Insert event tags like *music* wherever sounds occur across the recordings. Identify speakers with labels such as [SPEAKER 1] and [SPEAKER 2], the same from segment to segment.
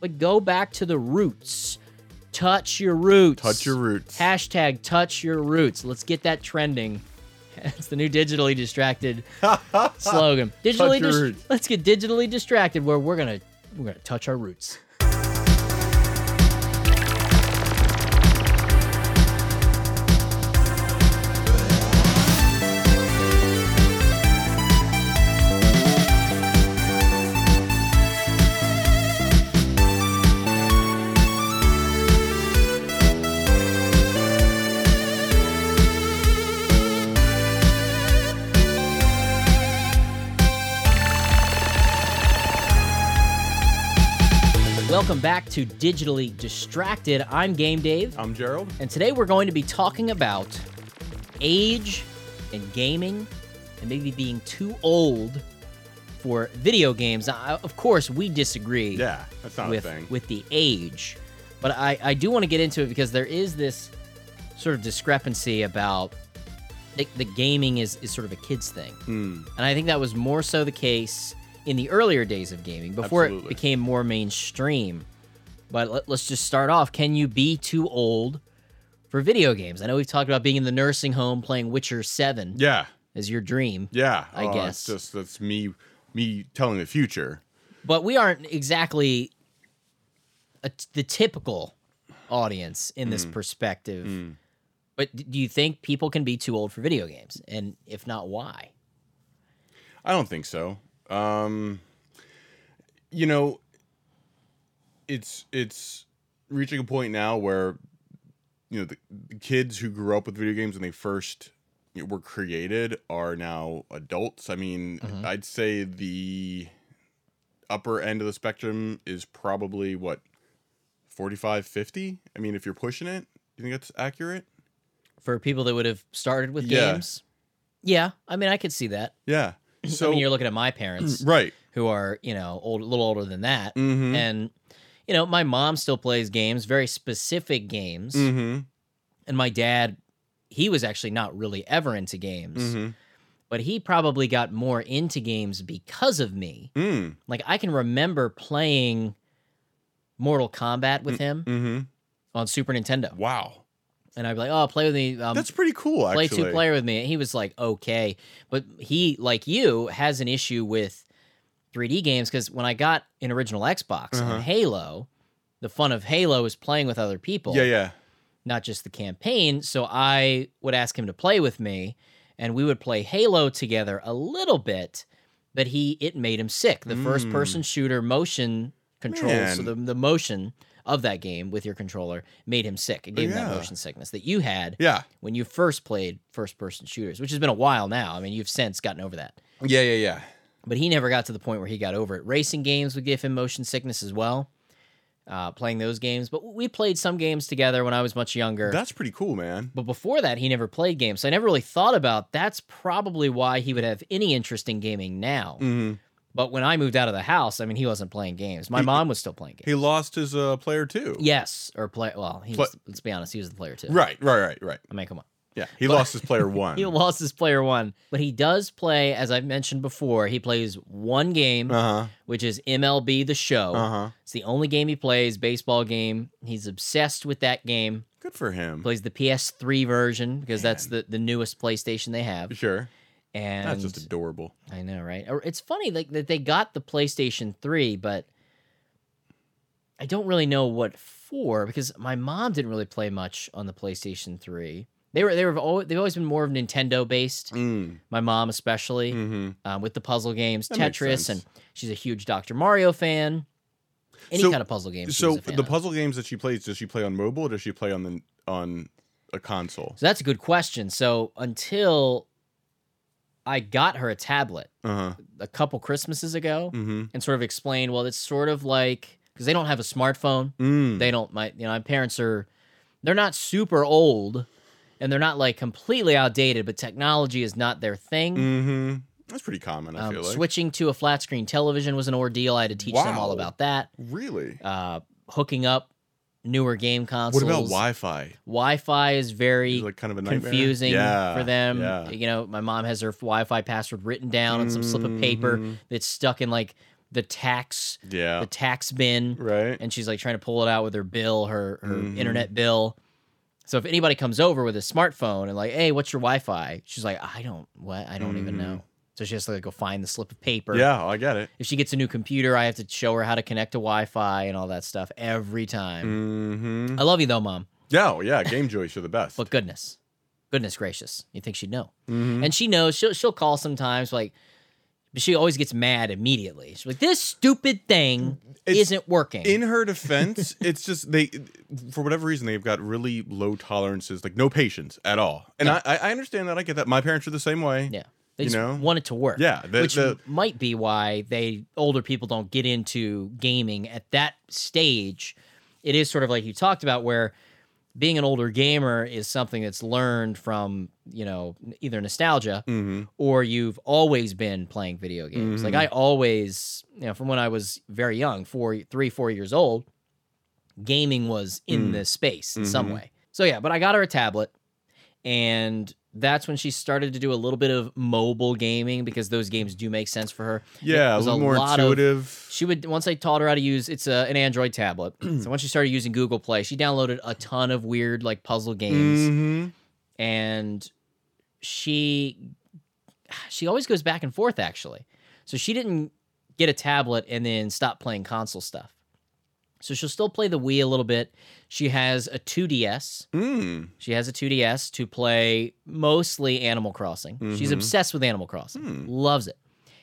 [SPEAKER 1] but go back to the roots. Touch your roots.
[SPEAKER 2] Touch your roots.
[SPEAKER 1] Hashtag touch your roots. Let's get that trending. *laughs* It's the new digitally
[SPEAKER 2] *laughs*
[SPEAKER 1] distracted slogan. Digitally
[SPEAKER 2] your
[SPEAKER 1] dis-
[SPEAKER 2] roots.
[SPEAKER 1] let's get digitally distracted where we're gonna we're gonna touch our roots. Welcome back to Digitally Distracted. I'm Game Dave,
[SPEAKER 2] I'm Gerald.
[SPEAKER 1] and today we're going to be talking about age and gaming and maybe being too old for video games. Now, I- of course, we disagree
[SPEAKER 2] Yeah, that's not
[SPEAKER 1] with
[SPEAKER 2] a thing.
[SPEAKER 1] with the age. But I, I do want to get into it because there is this sort of discrepancy about the, the gaming is, is sort of a kid's thing.
[SPEAKER 2] Hmm.
[SPEAKER 1] And I think that was more so the case in the earlier days of gaming before it
[SPEAKER 2] Absolutely.
[SPEAKER 1] became more mainstream. But let, let's just start off. Can you be too old for video games? I know we've talked about being in the nursing home playing Witcher 7
[SPEAKER 2] Yeah,
[SPEAKER 1] as your dream.
[SPEAKER 2] yeah.
[SPEAKER 1] I
[SPEAKER 2] uh,
[SPEAKER 1] guess.
[SPEAKER 2] it's just that's me, me telling the future.
[SPEAKER 1] but we aren't exactly a t the typical audience in
[SPEAKER 2] Hmm.
[SPEAKER 1] this perspective. But d- do you think people can be too old for video games? And if not, why?
[SPEAKER 2] I don't think so. Um, you know, it's it's reaching a point now where you know the, the kids who grew up with video games when they first you know, were created are now adults. I mean,
[SPEAKER 1] Mm-hmm.
[SPEAKER 2] I'd say the upper end of the spectrum is probably what 45 50 i mean if you're pushing it do you think that's accurate
[SPEAKER 1] For people that would have started with
[SPEAKER 2] Yeah.
[SPEAKER 1] games? Yeah, I mean, I could see that.
[SPEAKER 2] yeah
[SPEAKER 1] So, *laughs*
[SPEAKER 2] so Mm,
[SPEAKER 1] I mean, you're looking at my parents
[SPEAKER 2] right
[SPEAKER 1] who are, you know, old, a little older than that.
[SPEAKER 2] Mhm.
[SPEAKER 1] And, you know, my mom still plays games, very specific games.
[SPEAKER 2] mm-hmm,
[SPEAKER 1] And my dad, he was actually not really ever into games.
[SPEAKER 2] mm-hmm.
[SPEAKER 1] but he probably got more into games because of me.
[SPEAKER 2] Mm,
[SPEAKER 1] Like I can remember playing Mortal Kombat with him
[SPEAKER 2] mm-hmm.
[SPEAKER 1] on Super Nintendo,
[SPEAKER 2] wow
[SPEAKER 1] and I'd be like, "Oh, play with me, um,
[SPEAKER 2] That's pretty cool,
[SPEAKER 1] play
[SPEAKER 2] actually.
[SPEAKER 1] two player with me." And he was like, "Okay," but he, like you, has an issue with 3D games because when I got an original Xbox
[SPEAKER 2] Uh-huh.
[SPEAKER 1] and Halo, the fun of Halo is playing with other people,
[SPEAKER 2] Yeah, yeah.
[SPEAKER 1] not just the campaign. So I would ask him to play with me, and we would play Halo together a little bit. But he, it made him sick. The first
[SPEAKER 2] Mm.
[SPEAKER 1] person shooter motion controls, so
[SPEAKER 2] Man.
[SPEAKER 1] the, the motion of that game with your controller made him sick. It gave him that
[SPEAKER 2] Oh, Yeah.
[SPEAKER 1] motion sickness that you had
[SPEAKER 2] Yeah.
[SPEAKER 1] when you first played first person shooters, which has been a while now. I mean, you've since gotten over that.
[SPEAKER 2] Yeah, yeah, yeah.
[SPEAKER 1] But he never got to the point where he got over it. Racing games would give him motion sickness as well, uh, playing those games. But we played some games together when I was much younger.
[SPEAKER 2] That's pretty cool, man.
[SPEAKER 1] But before that, he never played games. So I never really thought about that's probably why he would have any interest in gaming now.
[SPEAKER 2] hmm
[SPEAKER 1] But when I moved out of the house, I mean, he wasn't playing games. My mom was still playing games.
[SPEAKER 2] He lost his uh, player too.
[SPEAKER 1] Yes, or play. Well, he
[SPEAKER 2] Play-
[SPEAKER 1] was, let's be honest, he was the player too.
[SPEAKER 2] Right, right, right, right.
[SPEAKER 1] I mean, come on.
[SPEAKER 2] Yeah. He
[SPEAKER 1] *laughs*
[SPEAKER 2] lost his player one.
[SPEAKER 1] He lost his player one, but he does play, as I've mentioned before, he plays one game,
[SPEAKER 2] Uh
[SPEAKER 1] which is MLB The Show.
[SPEAKER 2] huh. Uh huh.
[SPEAKER 1] It's the only game he plays, baseball game. He's obsessed with that game.
[SPEAKER 2] Good for him.
[SPEAKER 1] Plays the PS3 version because that's the, the newest PlayStation they have.
[SPEAKER 2] Sure.
[SPEAKER 1] And
[SPEAKER 2] That's just adorable.
[SPEAKER 1] I know, right? Or- It's funny like that they got the PlayStation 3, but I don't really know what for because my mom didn't really play much on the PlayStation 3. They were they were always, they've always been more of Nintendo based.
[SPEAKER 2] Mm.
[SPEAKER 1] My mom especially
[SPEAKER 2] hmm
[SPEAKER 1] um, with the puzzle games,
[SPEAKER 2] That makes
[SPEAKER 1] Tetris, and
[SPEAKER 2] sense.
[SPEAKER 1] she's a huge Dr. Mario fan. Any
[SPEAKER 2] So-
[SPEAKER 1] kind of puzzle game. she
[SPEAKER 2] So
[SPEAKER 1] was a fan
[SPEAKER 2] the
[SPEAKER 1] of.
[SPEAKER 2] puzzle games that she plays, does she play on mobile or does she play on the on a console?
[SPEAKER 1] So that's a good question. So until I got her a tablet
[SPEAKER 2] Uh huh.
[SPEAKER 1] a couple Christmases ago,
[SPEAKER 2] Mm-hmm.
[SPEAKER 1] and sort of explain well it's sort of like because they don't have a smartphone
[SPEAKER 2] Mm.
[SPEAKER 1] they don't my you know my parents are they're not super old and they're not like completely outdated but technology is not their thing
[SPEAKER 2] hmm That's pretty common, I
[SPEAKER 1] um,
[SPEAKER 2] feel like.
[SPEAKER 1] switching to a flat screen television was an ordeal i had to teach them all
[SPEAKER 2] Wow.
[SPEAKER 1] about that
[SPEAKER 2] Really?
[SPEAKER 1] uh, hooking up newer game consoles
[SPEAKER 2] What about Wi Fi?
[SPEAKER 1] wi-fi is very
[SPEAKER 2] Like kind of a nightmare.
[SPEAKER 1] confusing
[SPEAKER 2] Yeah,
[SPEAKER 1] for them
[SPEAKER 2] Yeah.
[SPEAKER 1] you know my mom has her wi-fi password written down on some slip of paper
[SPEAKER 2] Mhm.
[SPEAKER 1] that's stuck in like the tax
[SPEAKER 2] Yeah.
[SPEAKER 1] the tax bin
[SPEAKER 2] right.
[SPEAKER 1] and she's like trying to pull it out with her bill, her her
[SPEAKER 2] Mhm.
[SPEAKER 1] internet bill. So if anybody comes over with a smartphone and like, hey, what's your Wi-Fi? She's like, I don't what, I don't even
[SPEAKER 2] Mhm.
[SPEAKER 1] know. So she has to like go find the slip of paper.
[SPEAKER 2] Yeah, I get it.
[SPEAKER 1] If she gets a new computer, I have to show her how to connect to Wi-Fi and all that stuff every time.
[SPEAKER 2] Mm-hmm.
[SPEAKER 1] I love you though, mom.
[SPEAKER 2] Yeah, oh, yeah. Game Joy, you're the best.
[SPEAKER 1] But goodness, goodness gracious, you think she'd know?
[SPEAKER 2] Mhm.
[SPEAKER 1] And she knows. She'll she'll call sometimes, like. But she always gets mad immediately. She's like, "This stupid thing
[SPEAKER 2] It's
[SPEAKER 1] isn't working."
[SPEAKER 2] In her defense, *laughs* it's just they, for whatever reason, they've got really low tolerances, like no patience at all. And
[SPEAKER 1] Yeah.
[SPEAKER 2] I, I understand that. I get that. My parents are the same way.
[SPEAKER 1] Yeah. They
[SPEAKER 2] You
[SPEAKER 1] just
[SPEAKER 2] know?
[SPEAKER 1] want it to work.
[SPEAKER 2] Yeah, the-
[SPEAKER 1] which
[SPEAKER 2] the-
[SPEAKER 1] might be why they older people don't get into gaming at that stage. It is sort of like you talked about where being an older gamer is something that's learned from, you know, either nostalgia
[SPEAKER 2] hmm
[SPEAKER 1] or you've always been playing video games. Like
[SPEAKER 2] Mhm.
[SPEAKER 1] I always, you know, from when I was very young, four, three, four years old, gaming was in
[SPEAKER 2] Mm.
[SPEAKER 1] this space in some
[SPEAKER 2] Mhm.
[SPEAKER 1] way. So yeah, but I got her a tablet, and that's when she started to do a little bit of mobile gaming because those games do make sense for her.
[SPEAKER 2] Yeah, a
[SPEAKER 1] was a
[SPEAKER 2] little more
[SPEAKER 1] lot of-
[SPEAKER 2] intuitive.
[SPEAKER 1] She would once I taught her how to use it's a, an Android tablet. so once she started using Google Play, she downloaded a ton of weird like puzzle games
[SPEAKER 2] Mhm.
[SPEAKER 1] and she she always goes back and forth actually so she didn't get a tablet and then stop playing console stuff so she'll still play the wii a little bit she has a 2ds
[SPEAKER 2] Mm.
[SPEAKER 1] she has a 2ds to play mostly animal crossing she's
[SPEAKER 2] Mhm.
[SPEAKER 1] obsessed with animal crossing
[SPEAKER 2] Hmm.
[SPEAKER 1] loves it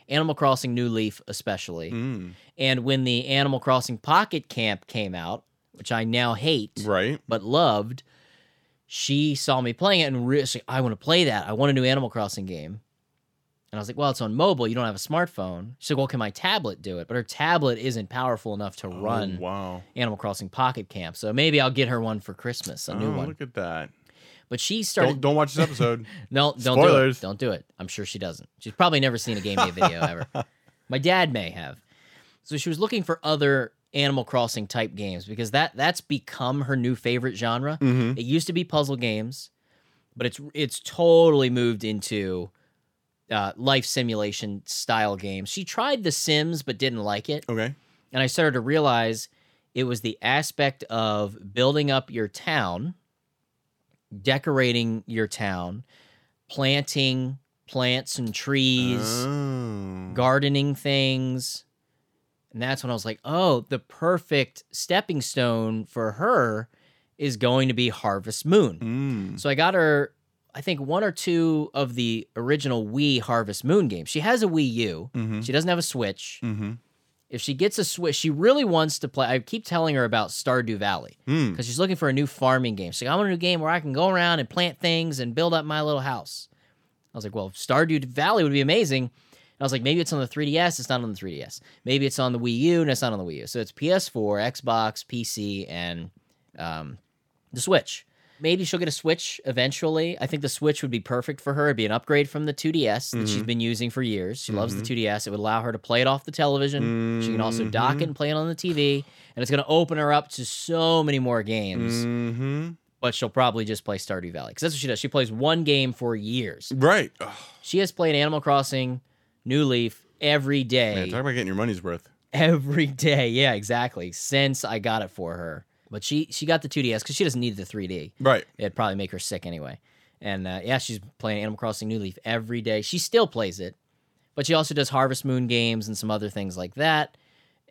[SPEAKER 1] animal crossing new leaf especially
[SPEAKER 2] Mm.
[SPEAKER 1] and when the animal crossing pocket camp came out which i now hate
[SPEAKER 2] Right.
[SPEAKER 1] but loved, she saw me playing it and really, I want to play that. I want a new Animal Crossing game. And I was like, well, it's on mobile. You don't have a smartphone. She's like, well, can my tablet do it? But her tablet isn't powerful enough to
[SPEAKER 2] Oh,
[SPEAKER 1] run
[SPEAKER 2] wow.
[SPEAKER 1] Animal Crossing Pocket Camp. So maybe I'll get her one for Christmas, a new
[SPEAKER 2] Oh,
[SPEAKER 1] one.
[SPEAKER 2] Look at that.
[SPEAKER 1] But she started.
[SPEAKER 2] Don't don't watch this
[SPEAKER 1] *laughs*
[SPEAKER 2] episode.
[SPEAKER 1] no, don't
[SPEAKER 2] Spoilers.
[SPEAKER 1] do it. Don't do it. I'm sure she doesn't. She's probably never seen a Game Day video
[SPEAKER 2] *laughs*
[SPEAKER 1] ever. My dad may have. So she was looking for other Animal Crossing type games because that that's become her new favorite genre.
[SPEAKER 2] Mhm.
[SPEAKER 1] It used to be puzzle games, but it's it's totally moved into uh, life simulation style games. She tried The Sims but didn't like it,
[SPEAKER 2] Okay.
[SPEAKER 1] and I started to realize it was the aspect of building up your town, decorating your town, planting plants and trees,
[SPEAKER 2] Oh.
[SPEAKER 1] gardening things. And that's when I was like, oh, the perfect stepping stone for her is going to be Harvest Moon.
[SPEAKER 2] Mm.
[SPEAKER 1] So I got her, I think, one or two of the original Wii Harvest Moon games. She has a Wii U.
[SPEAKER 2] Mm-hmm.
[SPEAKER 1] She doesn't have a Switch.
[SPEAKER 2] Mm-hmm.
[SPEAKER 1] If she gets a Switch, she really wants to play. I keep telling her about Stardew Valley
[SPEAKER 2] Mm.
[SPEAKER 1] because she's looking for a new farming game. She's like, I want a new game where I can go around and plant things and build up my little house. I was like, well, Stardew Valley would be amazing. And I was like, maybe it's on the 3DS. It's not on the 3DS. Maybe it's on the Wii U and it's not on the Wii U. So it's PS4, Xbox, PC, and um, the Switch. Maybe she'll get a Switch eventually. I think the Switch would be perfect for her. It'd be an upgrade from the 2DS that she's been using for years. She loves the 2DS. It would allow her to play it off the television. She can also dock it and play it on the TV. And it's going to open her up to so many more games.
[SPEAKER 2] Mm-hmm.
[SPEAKER 1] But she'll probably just play Stardew Valley because that's what she does. She plays one game for years.
[SPEAKER 2] Right. Ugh,
[SPEAKER 1] She has played Animal Crossing, New Leaf every day.
[SPEAKER 2] man, talk about getting your money's worth.
[SPEAKER 1] every day. Yeah, exactly. Since I got it for her. But she she got the 2DS because she doesn't need the 3D.
[SPEAKER 2] Right.
[SPEAKER 1] It'd probably make her sick anyway. And uh, yeah, she's playing Animal Crossing New Leaf every day. She still plays it, but she also does Harvest Moon games and some other things like that.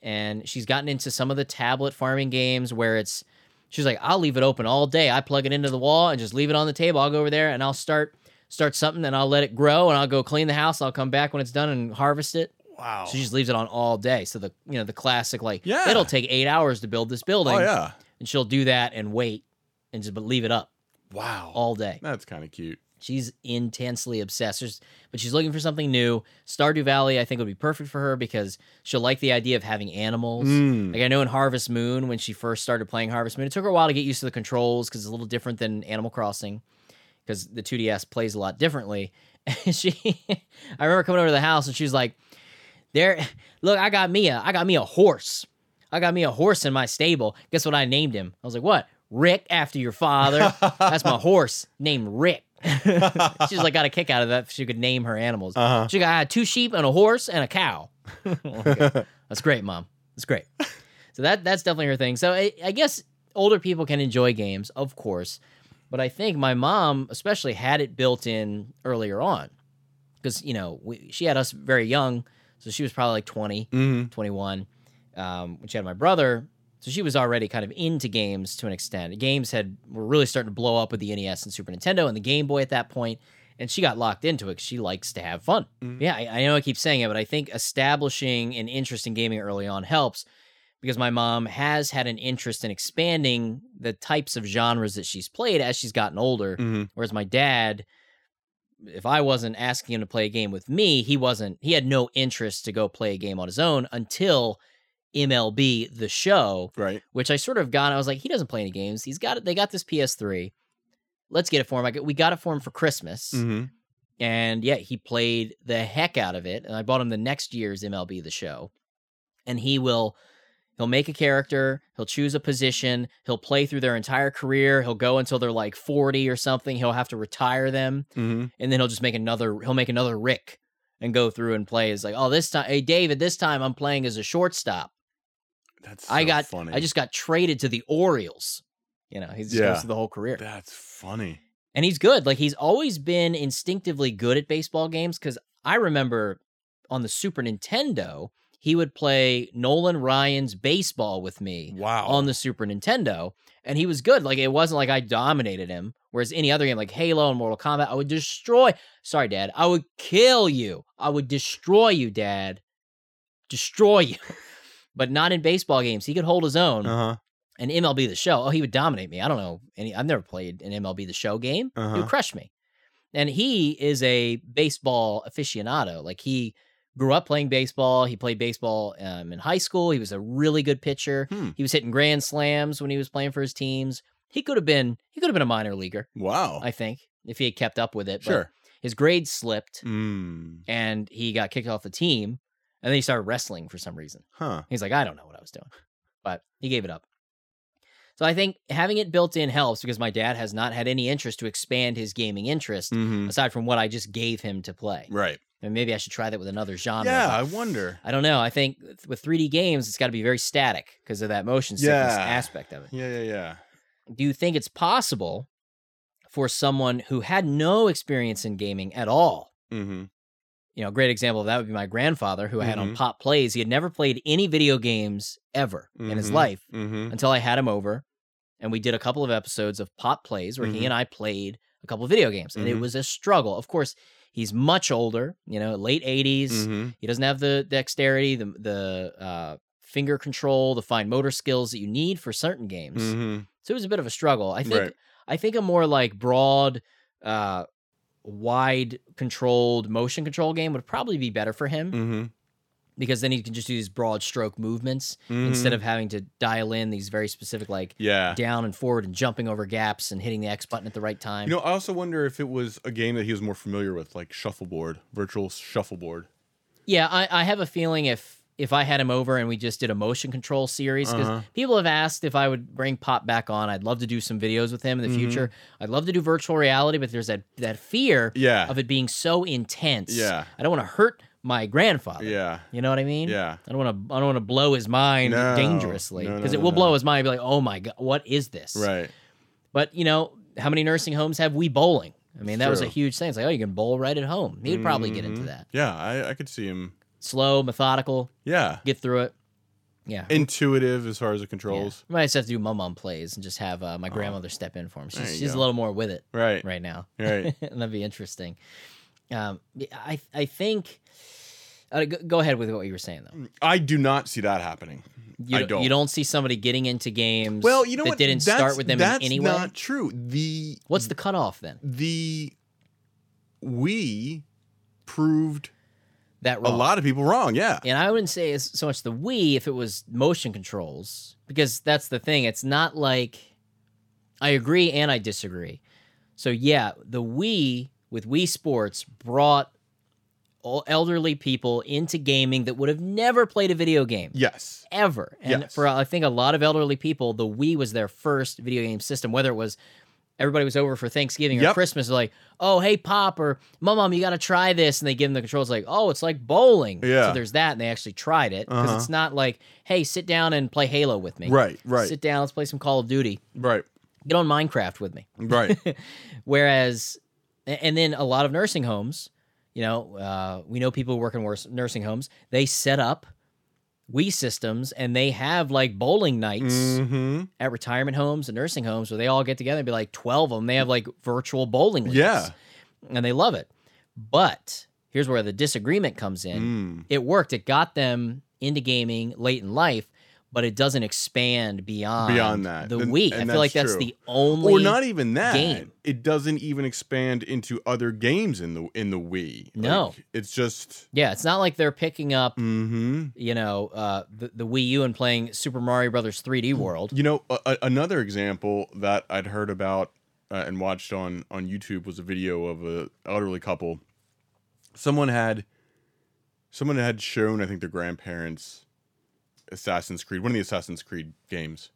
[SPEAKER 1] And she's gotten into some of the tablet farming games where it's, she's like, I'll leave it open all day. I plug it into the wall and just leave it on the table. I'll go over there and I'll start start something and I'll let it grow and I'll go clean the house. I'll come back when it's done and harvest it.
[SPEAKER 2] Wow.
[SPEAKER 1] She just leaves it on all day. So the you know the classic like
[SPEAKER 2] Yeah.
[SPEAKER 1] it'll take eight hours to build this building,
[SPEAKER 2] oh yeah.
[SPEAKER 1] and she'll do that and wait and just but leave it up
[SPEAKER 2] Wow.
[SPEAKER 1] all day.
[SPEAKER 2] That's kind of cute.
[SPEAKER 1] She's intensely obsessed, There's- but she's looking for something new. Stardew Valley, I think, would be perfect for her because she'll like the idea of having animals.
[SPEAKER 2] Mm.
[SPEAKER 1] Like I know in Harvest Moon, when she first started playing Harvest Moon, it took her a while to get used to the controls because it's a little different than Animal Crossing, because the 2DS plays a lot differently. *laughs* And she, I remember coming over to the house and she's like, "There, look, I got me a, I got me a horse. I got me a horse in my stable. Guess what I named him? I was like, what? Rick after your father. That's my horse named Rick." *laughs* she's like got a kick out of that. She could name her animals.
[SPEAKER 2] Uh-huh.
[SPEAKER 1] She got I had two sheep and a horse and a cow. *laughs* Okay. That's great, mom. That's great. So that that's definitely her thing. So I, I guess older people can enjoy games, of course, but I think my mom especially had it built in earlier on because you know we, she had us very young, so she was probably like 20,
[SPEAKER 2] Mhm.
[SPEAKER 1] 21 um, when she had my brother. So she was already kind of into games to an extent. Games had were really starting to blow up with the NES and Super Nintendo and the Game Boy at that point, and she got locked into it. 'cause she likes to have fun.
[SPEAKER 2] Mhm.
[SPEAKER 1] Yeah, I, I know I keep saying it, but I think establishing an interest in gaming early on helps because my mom has had an interest in expanding the types of genres that she's played as she's gotten older.
[SPEAKER 2] Mhm.
[SPEAKER 1] Whereas my dad, if I wasn't asking him to play a game with me, he wasn't, he had no interest to go play a game on his own until MLB the show,
[SPEAKER 2] Right.
[SPEAKER 1] which I sort of got. I was like, he doesn't play any games. He's got it. They got this PS3. Let's get it for him. I got, we got it for him for Christmas.
[SPEAKER 2] hmm
[SPEAKER 1] And yeah, he played the heck out of it. And I bought him the next year's MLB the show. And he will he'll make a character, he'll choose a position, he'll play through their entire career, he'll go until they're like 40 or something, he'll have to retire them,
[SPEAKER 2] hmm
[SPEAKER 1] and then he'll just make another he'll make another Rick and go through and play as like, oh, this time hey David, this time I'm playing as a shortstop.
[SPEAKER 2] That's
[SPEAKER 1] I
[SPEAKER 2] so
[SPEAKER 1] got
[SPEAKER 2] funny.
[SPEAKER 1] I just got traded to the Orioles. You know, he just
[SPEAKER 2] Yeah.
[SPEAKER 1] goes through the whole career.
[SPEAKER 2] That's funny.
[SPEAKER 1] And he's good. Like he's always been instinctively good at baseball games because I remember on the Super Nintendo, he would play Nolan Ryan's baseball with me
[SPEAKER 2] Wow.
[SPEAKER 1] on the Super Nintendo. And he was good. Like it wasn't like I dominated him. Whereas any other game like Halo and Mortal Kombat, I would destroy. Sorry, Dad. I would kill you. I would destroy you, Dad. Destroy you. *laughs* but not in baseball games. He could hold his own.
[SPEAKER 2] uh-huh.
[SPEAKER 1] And MLB the show, oh, he would dominate me. I don't know any. I've never played an MLB the show game. He
[SPEAKER 2] Uh-huh.
[SPEAKER 1] would crush me. And he is a baseball aficionado. Like he grew up playing baseball. He played baseball um, in high school. He was a really good pitcher.
[SPEAKER 2] Hmm.
[SPEAKER 1] He was hitting grand slams when he was playing for his teams. He could have been. He could have been a minor leaguer,
[SPEAKER 2] Wow.
[SPEAKER 1] I think, if he had kept up with it. but
[SPEAKER 2] Oh. sure.
[SPEAKER 1] his grades slipped,
[SPEAKER 2] Mm.
[SPEAKER 1] and he got kicked off the team. And then he started wrestling for some reason.
[SPEAKER 2] Huh.
[SPEAKER 1] He's like, I don't know what I was doing, but he gave it up. So I think having it built in helps because my dad has not had any interest to expand his gaming interest
[SPEAKER 2] hmm
[SPEAKER 1] aside from what I just gave him to play.
[SPEAKER 2] Right.
[SPEAKER 1] And maybe I should try that with another genre.
[SPEAKER 2] Yeah,
[SPEAKER 1] but
[SPEAKER 2] I wonder.
[SPEAKER 1] I don't know. I think th- with 3D games, it's got to be very static because of that motion sickness
[SPEAKER 2] Yeah.
[SPEAKER 1] aspect of it.
[SPEAKER 2] Yeah, yeah, yeah.
[SPEAKER 1] Do you think it's possible for someone who had no experience in gaming at all
[SPEAKER 2] Mm-hmm.
[SPEAKER 1] you know, a great example of that would be my grandfather who I had on
[SPEAKER 2] Mhm.
[SPEAKER 1] Pop Plays. He had never played any video games ever in his
[SPEAKER 2] Mhm.
[SPEAKER 1] life
[SPEAKER 2] Mm-hmm.
[SPEAKER 1] until I had him over and we did a couple of episodes of Pop Plays where
[SPEAKER 2] Mhm.
[SPEAKER 1] he and I played a couple of video games and it
[SPEAKER 2] Mhm.
[SPEAKER 1] was a struggle. Of course, he's much older, you know, late 80s.
[SPEAKER 2] Mm-hmm.
[SPEAKER 1] He doesn't have the dexterity, the the uh, finger control, the fine motor skills that you need for certain games.
[SPEAKER 2] Mm-hmm.
[SPEAKER 1] So it was a bit of a struggle. I think
[SPEAKER 2] Right.
[SPEAKER 1] I think a more like broad, uh, wide controlled motion control game would probably be better for him
[SPEAKER 2] Mm-hmm.
[SPEAKER 1] because then he can just do these broad stroke movements
[SPEAKER 2] Mm-hmm.
[SPEAKER 1] instead of having to dial in these very specific like
[SPEAKER 2] yeah.
[SPEAKER 1] down and forward and jumping over gaps and hitting the X button at the right time.
[SPEAKER 2] You know, I also wonder if it was a game that he was more familiar with, like shuffleboard, virtual shuffleboard.
[SPEAKER 1] Yeah, I, I have a feeling if if I had him over and we just did a motion control series, because
[SPEAKER 2] Uh-huh.
[SPEAKER 1] people have asked if I would bring Pop back on. I'd love to do some videos with him in the
[SPEAKER 2] Mhm.
[SPEAKER 1] future. I'd love to do virtual reality, but there's that that fear
[SPEAKER 2] Yeah.
[SPEAKER 1] of it being so intense.
[SPEAKER 2] Yeah.
[SPEAKER 1] I don't want to hurt my grandfather.
[SPEAKER 2] yeah.
[SPEAKER 1] You know what I mean?
[SPEAKER 2] Yeah.
[SPEAKER 1] I don't want to. I don't want to blow his mind
[SPEAKER 2] No.
[SPEAKER 1] dangerously
[SPEAKER 2] No, no,
[SPEAKER 1] because it
[SPEAKER 2] no,
[SPEAKER 1] will
[SPEAKER 2] no.
[SPEAKER 1] blow his mind. And be like, oh my god, what is this?
[SPEAKER 2] Right.
[SPEAKER 1] But you know, how many nursing homes have we bowling? I mean, that was a
[SPEAKER 2] True.
[SPEAKER 1] huge thing. It's like, oh, you can bowl right at home. He would probably get into
[SPEAKER 2] Mhm.
[SPEAKER 1] that.
[SPEAKER 2] Yeah, I, I could see him.
[SPEAKER 1] Slow, methodical,
[SPEAKER 2] Yeah.
[SPEAKER 1] get through it. Yeah.
[SPEAKER 2] Intuitive as far as the
[SPEAKER 1] yeah.
[SPEAKER 2] controls.
[SPEAKER 1] Might just have to do mum mum plays and just have uh, my grandmother step in for him.
[SPEAKER 2] Oh. There
[SPEAKER 1] She's,
[SPEAKER 2] you
[SPEAKER 1] she's a
[SPEAKER 2] go.
[SPEAKER 1] little more with it
[SPEAKER 2] Right.
[SPEAKER 1] right now. *laughs*
[SPEAKER 2] Right.
[SPEAKER 1] That'd be interesting. Um, yeah, I I think. Uh, go, go ahead with what you were saying though.
[SPEAKER 2] I do not see that happening.
[SPEAKER 1] You
[SPEAKER 2] Mm, I
[SPEAKER 1] don't, you don't see somebody getting into games.
[SPEAKER 2] Well, you know
[SPEAKER 1] that
[SPEAKER 2] what?
[SPEAKER 1] didn't
[SPEAKER 2] That's-
[SPEAKER 1] start with them in
[SPEAKER 2] that's
[SPEAKER 1] any way.
[SPEAKER 2] not true. The
[SPEAKER 1] What's the cutoff then?
[SPEAKER 2] the we proved
[SPEAKER 1] That
[SPEAKER 2] a
[SPEAKER 1] wrong.
[SPEAKER 2] lot of people wrong. Yeah.
[SPEAKER 1] And I wouldn't say it's so much the Wii if it was motion controls, because that's the thing. It's not like I agree and I disagree. So yeah, the Wii with Wii Sports brought all elderly people into gaming that would have never played a video game
[SPEAKER 2] Yes.
[SPEAKER 1] ever. And
[SPEAKER 2] Yes.
[SPEAKER 1] for I think a lot of elderly people, the Wii was their first video game system, whether it was everybody was over for Thanksgiving or
[SPEAKER 2] Yep.
[SPEAKER 1] Christmas, they're like, oh, hey, Pop or Mom, Mom, you got to try this. And they give them the controls, like, oh, it's like bowling.
[SPEAKER 2] Yeah.
[SPEAKER 1] So there's that. And they actually tried it because
[SPEAKER 2] Uh-huh.
[SPEAKER 1] it's not like, hey, sit down and play Halo with me.
[SPEAKER 2] Right, right,
[SPEAKER 1] Sit down, let's play some Call of Duty.
[SPEAKER 2] right,
[SPEAKER 1] Get on Minecraft with me. *laughs*
[SPEAKER 2] right.
[SPEAKER 1] Whereas, a- and then a lot of nursing homes, you know, uh, we know people who work in worse nursing homes, they set up Wii systems and they have like bowling nights
[SPEAKER 2] hmm
[SPEAKER 1] at retirement homes and nursing homes where they all get together and be like 12 of them. They have like virtual bowling leagues.
[SPEAKER 2] Yeah.
[SPEAKER 1] And they love it. But here's where the disagreement comes in
[SPEAKER 2] Mm.
[SPEAKER 1] it worked. It got them into gaming late in life, but it doesn't expand beyond,
[SPEAKER 2] Beyond that.
[SPEAKER 1] the
[SPEAKER 2] And-
[SPEAKER 1] Wii.
[SPEAKER 2] and
[SPEAKER 1] I feel like
[SPEAKER 2] that's
[SPEAKER 1] that's
[SPEAKER 2] true.
[SPEAKER 1] the only.
[SPEAKER 2] Or not e even that.
[SPEAKER 1] game.
[SPEAKER 2] It doesn't even expand into other games in the in the Wii. Like,
[SPEAKER 1] No.
[SPEAKER 2] it's just.
[SPEAKER 1] Yeah, it's not like they're picking up,
[SPEAKER 2] hmm
[SPEAKER 1] you know, uh, the, the Wii U and playing Super Mario Brothers
[SPEAKER 2] Mm.
[SPEAKER 1] 3D World.
[SPEAKER 2] You know, a, a- another example that I'd heard about uh, and watched on on YouTube was a video of a elderly couple. Someone had, someone had shown I think their grandparents, Assassin's Creed, one of the Assassin's Creed games,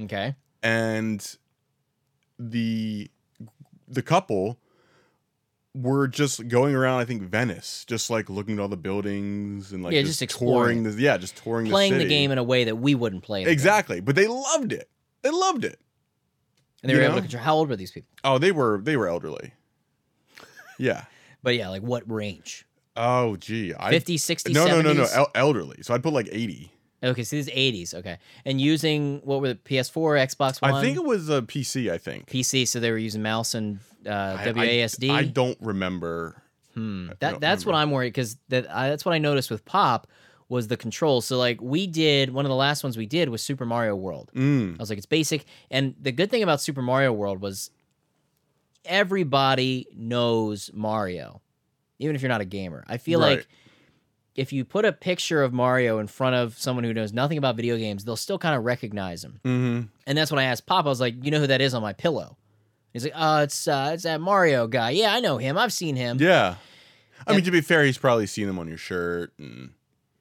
[SPEAKER 1] Okay.
[SPEAKER 2] and the the couple were just going around. I think Venice, just like looking at all the buildings and like
[SPEAKER 1] Yeah, just exploring.
[SPEAKER 2] touring the yeah, just touring
[SPEAKER 1] Playing
[SPEAKER 2] the,
[SPEAKER 1] the
[SPEAKER 2] city.
[SPEAKER 1] game in a way that we wouldn't play it.
[SPEAKER 2] exactly. But they loved it. They loved it.
[SPEAKER 1] And they were
[SPEAKER 2] you
[SPEAKER 1] able to
[SPEAKER 2] know?
[SPEAKER 1] control. How old were these people?
[SPEAKER 2] Oh, they were they were elderly. Yeah.
[SPEAKER 1] But yeah, like what range?
[SPEAKER 2] Oh, gee. I
[SPEAKER 1] 50, 60,
[SPEAKER 2] no,
[SPEAKER 1] 70s?
[SPEAKER 2] no no no el- elderly. So I'd put like eighty.
[SPEAKER 1] Okay, so these 80s. Okay. And using what were the PS4, Xbox One?
[SPEAKER 2] I think it was a PC. I think
[SPEAKER 1] PC, so they were using mouse and uh,
[SPEAKER 2] I- I-
[SPEAKER 1] WASD.
[SPEAKER 2] I don't remember.
[SPEAKER 1] Hmm.
[SPEAKER 2] don't
[SPEAKER 1] That that's what I'm worried because that I, that's what I noticed with Pop was the controls. So like we did one of the last ones we did was Super Mario World. I
[SPEAKER 2] Mm.
[SPEAKER 1] was like it's basic, and the good thing about Super Mario World was everybody knows Mario, even if you're not a gamer. I feel
[SPEAKER 2] Right.
[SPEAKER 1] like if you put a picture of Mario in front of someone who knows nothing about video games, they'll still kind of recognize him.
[SPEAKER 2] hmm
[SPEAKER 1] And that's when I asked Pop, I was like, "You know who that is on my pillow?" He's like, "Oh, it's uh, it's that Mario guy. Yeah, I know him. I've seen him."
[SPEAKER 2] Yeah. I mean,
[SPEAKER 1] And-
[SPEAKER 2] to be fair, he's probably seen them on your shirt and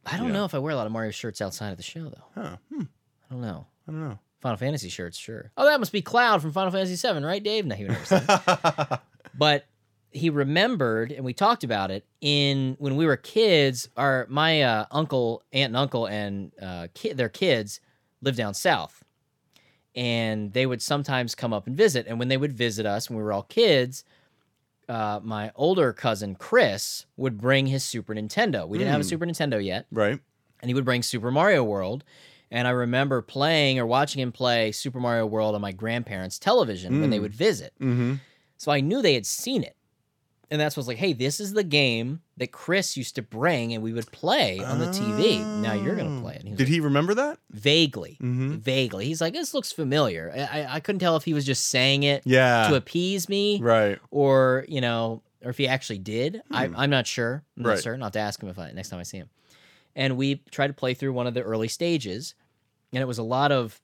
[SPEAKER 1] I don't
[SPEAKER 2] Yeah.
[SPEAKER 1] know if I wear a lot of Mario shirts outside of the show, though.
[SPEAKER 2] huh. Hmm,
[SPEAKER 1] I don't know.
[SPEAKER 2] I don't know.
[SPEAKER 1] Final Fantasy shirts, sure. Oh, that must be Cloud from Final Fantasy VII, right, Dave? No, he would never say that. But he remembered, and we talked about it in when we were kids. Our my uh, uncle, aunt, and uncle, and uh, ki- their kids lived down south, and they would sometimes come up and visit. And when they would visit us, when we were all kids. Uh, my older cousin Chris would bring his Super Nintendo. We didn't have a
[SPEAKER 2] Hmm.
[SPEAKER 1] Super Nintendo yet
[SPEAKER 2] *laughs* right.
[SPEAKER 1] and he would bring Super Mario World. And I remember playing or watching him play Super Mario World on my grandparents' television when they
[SPEAKER 2] Mm.
[SPEAKER 1] would visit.
[SPEAKER 2] Mm-hmm.
[SPEAKER 1] So I knew they had seen it. And that's what's like, hey, this is the game that Chris used to bring and we would play on the TV. Now you're going to play it. And he was
[SPEAKER 2] Did he remember that?
[SPEAKER 1] like, vaguely,
[SPEAKER 2] Mm-hmm.
[SPEAKER 1] vaguely. He's like, this looks familiar. I, I, I couldn't tell if he was just saying it
[SPEAKER 2] Yeah.
[SPEAKER 1] to appease me
[SPEAKER 2] right.
[SPEAKER 1] or, you know, or if he actually did. I,
[SPEAKER 2] Hmm.
[SPEAKER 1] I'm not sure. I'm not
[SPEAKER 2] Right.
[SPEAKER 1] certain. I'll have to ask him if I, next time I see him. And we tried to play through one of the early stages, and it was a lot of,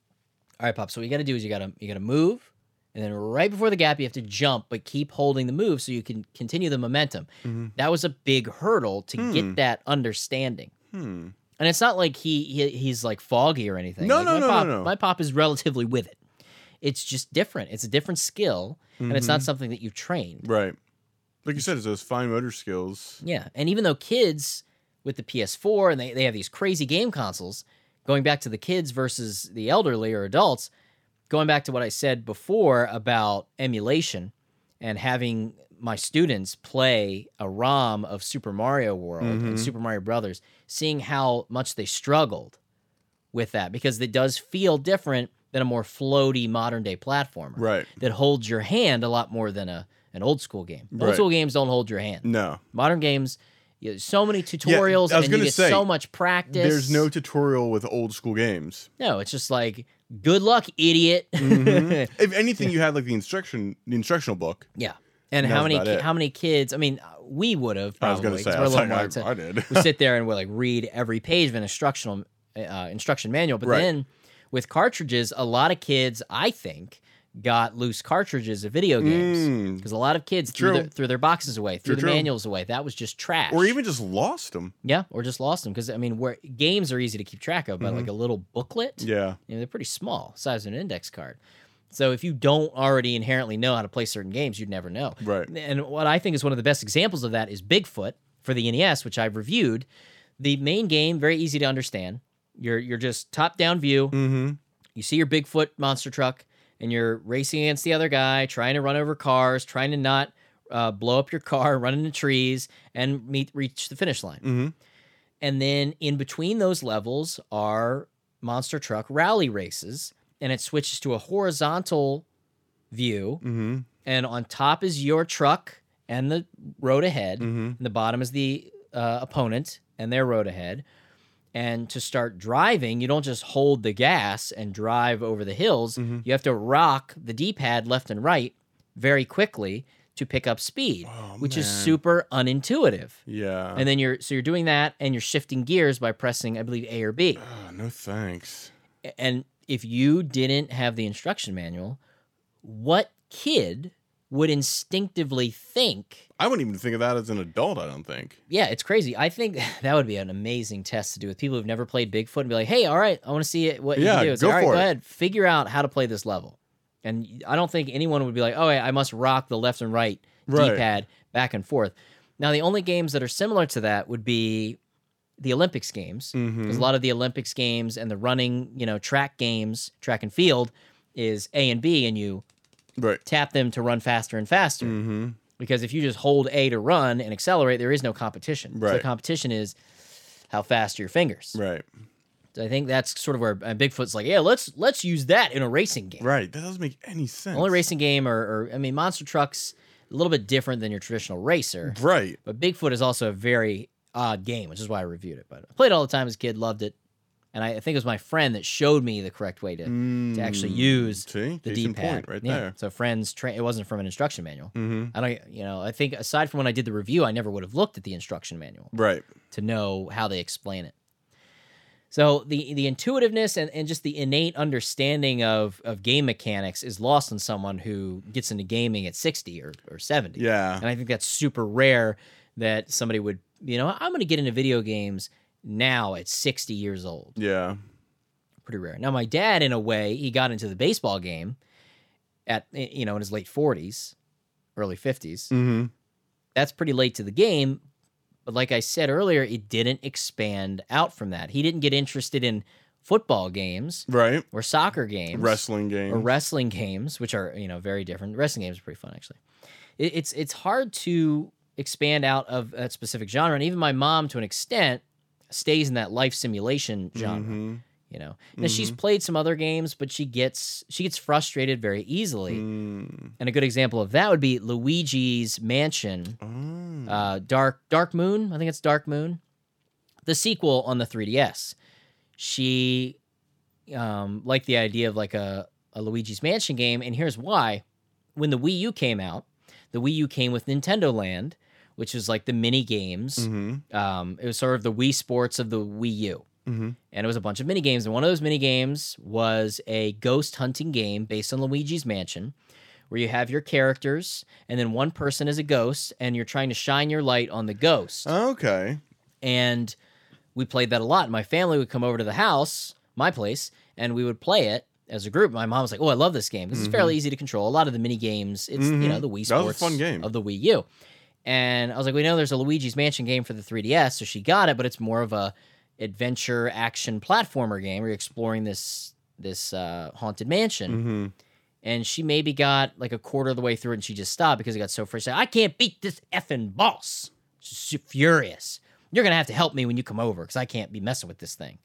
[SPEAKER 1] all right, pop. So what you got to do is you got to you got to move, and then right before the gap you have to jump, but keep holding the move so you can continue the momentum.
[SPEAKER 2] Mhm.
[SPEAKER 1] That was a big hurdle to
[SPEAKER 2] Hmm.
[SPEAKER 1] get that understanding.
[SPEAKER 2] Hmm.
[SPEAKER 1] And it's not like he, he he's like foggy or anything.
[SPEAKER 2] No,
[SPEAKER 1] Like,
[SPEAKER 2] no,
[SPEAKER 1] my
[SPEAKER 2] no, no,
[SPEAKER 1] pop,
[SPEAKER 2] no.
[SPEAKER 1] My pop is relatively with it. It's just different. It's a different skill, and it's not something that you train.
[SPEAKER 2] Mm-hmm. Right. Like you said, it's those fine motor skills.
[SPEAKER 1] Yeah. And even though kids with the PS4 and they, they have these crazy game consoles, going back to the kids versus the elderly or adults, going back to what I said before about emulation and having my students play a ROM of Super Mario World and
[SPEAKER 2] Mhm.
[SPEAKER 1] Super Mario Brothers, seeing how much they struggled with that because it does feel different than a more floaty modern day platformer
[SPEAKER 2] Right.
[SPEAKER 1] that holds your hand a lot more than a an old school game. Old
[SPEAKER 2] Right.
[SPEAKER 1] school games don't hold your hand.
[SPEAKER 2] No.
[SPEAKER 1] Modern games, you know, so many tutorials,
[SPEAKER 2] I
[SPEAKER 1] and
[SPEAKER 2] was
[SPEAKER 1] you
[SPEAKER 2] gonna
[SPEAKER 1] get
[SPEAKER 2] say,
[SPEAKER 1] so much practice.
[SPEAKER 2] There's no tutorial with old school games.
[SPEAKER 1] no. It's just like good luck, idiot. *laughs* Mm-hmm.
[SPEAKER 2] Mhm. If anything, you had like the instruction, the instructional book.
[SPEAKER 1] yeah. And
[SPEAKER 2] And
[SPEAKER 1] how
[SPEAKER 2] that's
[SPEAKER 1] many
[SPEAKER 2] about
[SPEAKER 1] ki-
[SPEAKER 2] it.
[SPEAKER 1] how many kids? I mean, uh, we would have
[SPEAKER 2] I
[SPEAKER 1] probably.
[SPEAKER 2] was gonna say,
[SPEAKER 1] 'cause we're
[SPEAKER 2] I
[SPEAKER 1] a
[SPEAKER 2] was
[SPEAKER 1] little
[SPEAKER 2] like,
[SPEAKER 1] more
[SPEAKER 2] I,
[SPEAKER 1] into-
[SPEAKER 2] I did.
[SPEAKER 1] we sit there and we like read every page of an instructional uh, instruction manual. But
[SPEAKER 2] Right.
[SPEAKER 1] then with cartridges, a lot of kids, I think, got loose cartridges of video *laughs* games
[SPEAKER 2] Mm.
[SPEAKER 1] because a lot of kids threw
[SPEAKER 2] True.
[SPEAKER 1] their, threw their boxes away, threw
[SPEAKER 2] True,
[SPEAKER 1] the
[SPEAKER 2] true.
[SPEAKER 1] manuals away. That was just trash.
[SPEAKER 2] Mm. Or even just lost them.
[SPEAKER 1] Yeah, or just lost them because I mean, where games are easy to keep track of, but like a little booklet,
[SPEAKER 2] Mm-hmm. Yeah.
[SPEAKER 1] you know, they're pretty small, size of an index card. So if you don't already inherently know how to play certain games, you'd never know.
[SPEAKER 2] Right.
[SPEAKER 1] And what I think is one of the best examples of that is Bigfoot for the NES, which I've reviewed. The main game, very easy to understand. You're you're just top down view.
[SPEAKER 2] Mm-hmm.
[SPEAKER 1] You see your Bigfoot monster truck, and you're racing against the other guy, trying to run over cars, trying to not uh, blow up your car, *laughs* run into trees, and meet reach the finish line.
[SPEAKER 2] Mm-hmm.
[SPEAKER 1] And then in between those levels are monster truck rally races, and it switches to a horizontal view.
[SPEAKER 2] Mm-hmm.
[SPEAKER 1] And on top is your truck and the road ahead.
[SPEAKER 2] Mm-hmm.
[SPEAKER 1] And the bottom is the uh, opponent and their road ahead. And to start driving, you don't just hold the gas and drive over the hills. You have to rock the D pad left and right very quickly to pick up speed,
[SPEAKER 2] Oh,
[SPEAKER 1] which is
[SPEAKER 2] man.
[SPEAKER 1] super unintuitive.
[SPEAKER 2] Yeah.
[SPEAKER 1] And then you're so you're doing that and you're shifting gears by pressing, I believe, A or B.
[SPEAKER 2] Ah, no thanks.
[SPEAKER 1] And if you didn't have the instruction manual, what kid would instinctively think,
[SPEAKER 2] I wouldn't even think of that as an adult. I don't think.
[SPEAKER 1] yeah, it's crazy. I think *laughs* that would be an amazing test to do with people who've never played Bigfoot and be like, hey, all right, I want to see it, what you
[SPEAKER 2] Yeah,
[SPEAKER 1] can do. It's
[SPEAKER 2] go
[SPEAKER 1] like, all right,
[SPEAKER 2] for
[SPEAKER 1] go
[SPEAKER 2] it."
[SPEAKER 1] ahead, figure out how to play this level. And I don't think anyone would be like, oh, yeah, I must rock the left and right
[SPEAKER 2] Right.
[SPEAKER 1] D-pad back and forth. Now, the only games that are similar to that would be the Olympics games. because
[SPEAKER 2] Mm-hmm.
[SPEAKER 1] a lot of the Olympics games and the running, you know, track games, track and field is A and B, and you
[SPEAKER 2] Right.
[SPEAKER 1] tap them to run faster and faster.
[SPEAKER 2] Mm-hmm.
[SPEAKER 1] Because if you just hold A to run and accelerate, there is no competition. So the
[SPEAKER 2] Right.
[SPEAKER 1] competition is how fast are your fingers.
[SPEAKER 2] Right.
[SPEAKER 1] So I think that's sort of where uh, Bigfoot's like, yeah, let's let's use that in a racing game.
[SPEAKER 2] Right. That doesn't make any sense.
[SPEAKER 1] Only racing game, or, or I mean, monster trucks a little bit different than your traditional racer,
[SPEAKER 2] Right.
[SPEAKER 1] but Bigfoot is also a very odd game, which is why I reviewed it. But I played it all the time as a kid, loved it, and I, I think it was my friend that showed me the correct way to to actually
[SPEAKER 2] Mm.
[SPEAKER 1] use
[SPEAKER 2] See?
[SPEAKER 1] the
[SPEAKER 2] Case
[SPEAKER 1] D
[SPEAKER 2] in
[SPEAKER 1] pad
[SPEAKER 2] point right
[SPEAKER 1] yeah.
[SPEAKER 2] there.
[SPEAKER 1] So friends, tra- it wasn't from an instruction manual.
[SPEAKER 2] Mm-hmm.
[SPEAKER 1] I don't, you know, I think aside from when I did the review, I never would have looked at the instruction manual
[SPEAKER 2] Right.
[SPEAKER 1] to know how they explain it. So the the intuitiveness and, and just the innate understanding of of game mechanics is lost on someone who gets into gaming at sixty or, or seventy.
[SPEAKER 2] Yeah.
[SPEAKER 1] And I think that's super rare that somebody would, you know, I'm going to get into video games now at 60 years old.
[SPEAKER 2] Yeah.
[SPEAKER 1] Pretty rare. Now, my dad, in a way, he got into the baseball game at, eh, you know, in his late 40s, early 50s.
[SPEAKER 2] Mm-hmm.
[SPEAKER 1] That's pretty late to the game. But like I said earlier, it didn't expand out from that. He didn't get interested in football games
[SPEAKER 2] Right.
[SPEAKER 1] or soccer games
[SPEAKER 2] Wrestling game.
[SPEAKER 1] or wrestling games, which are you know very different. Wrestling games are pretty fun actually. It, it's it's hard to expand out of a specific genre, and even my mom, to an extent, stays in that life simulation genre.
[SPEAKER 2] Mhm.
[SPEAKER 1] You know, now she's
[SPEAKER 2] Mm-hmm.
[SPEAKER 1] played some other games, but she gets she gets frustrated very easily.
[SPEAKER 2] Mm.
[SPEAKER 1] And a good example of that would be Luigi's Mansion,
[SPEAKER 2] Oh.
[SPEAKER 1] uh, Dark Dark Moon. I think it's Dark Moon, the sequel on the 3DS. She um, liked the idea of like a, a Luigi's Mansion game, and here's why: when the Wii U came out, the Wii U came with Nintendo Land, which was like the mini games.
[SPEAKER 2] mm-hmm.
[SPEAKER 1] Um, it was sort of the Wii Sports of the Wii U,
[SPEAKER 2] Mm-hmm.
[SPEAKER 1] and it was a bunch of mini games. And one of those mini games was a ghost hunting game based on Luigi's Mansion where you have your characters and then one person is a ghost and you're trying to shine your light on the ghost.
[SPEAKER 2] Okay.
[SPEAKER 1] And we played that a lot. My family would come over to the house, my place, and we would play it as a group. My mom was like, "Oh, I love this game because it's fairly easy to control. A lot of the mini games, it's you
[SPEAKER 2] Mhm.
[SPEAKER 1] know the Wii
[SPEAKER 2] Mm-hmm. That
[SPEAKER 1] Sports
[SPEAKER 2] was a fun game.
[SPEAKER 1] of the Wii U." And I was like, "We know there's a Luigi's Mansion game for the 3DS, so she got it, but it's more of a adventure action platformer game where you're exploring this this uh, haunted mansion."
[SPEAKER 2] Mm-hmm.
[SPEAKER 1] and she maybe got like a quarter of the way through it and she just stopped because it got so frustrated. I can't beat this effing boss. She's furious. You're gonna have to help me when you come over because I can't be messing with this thing.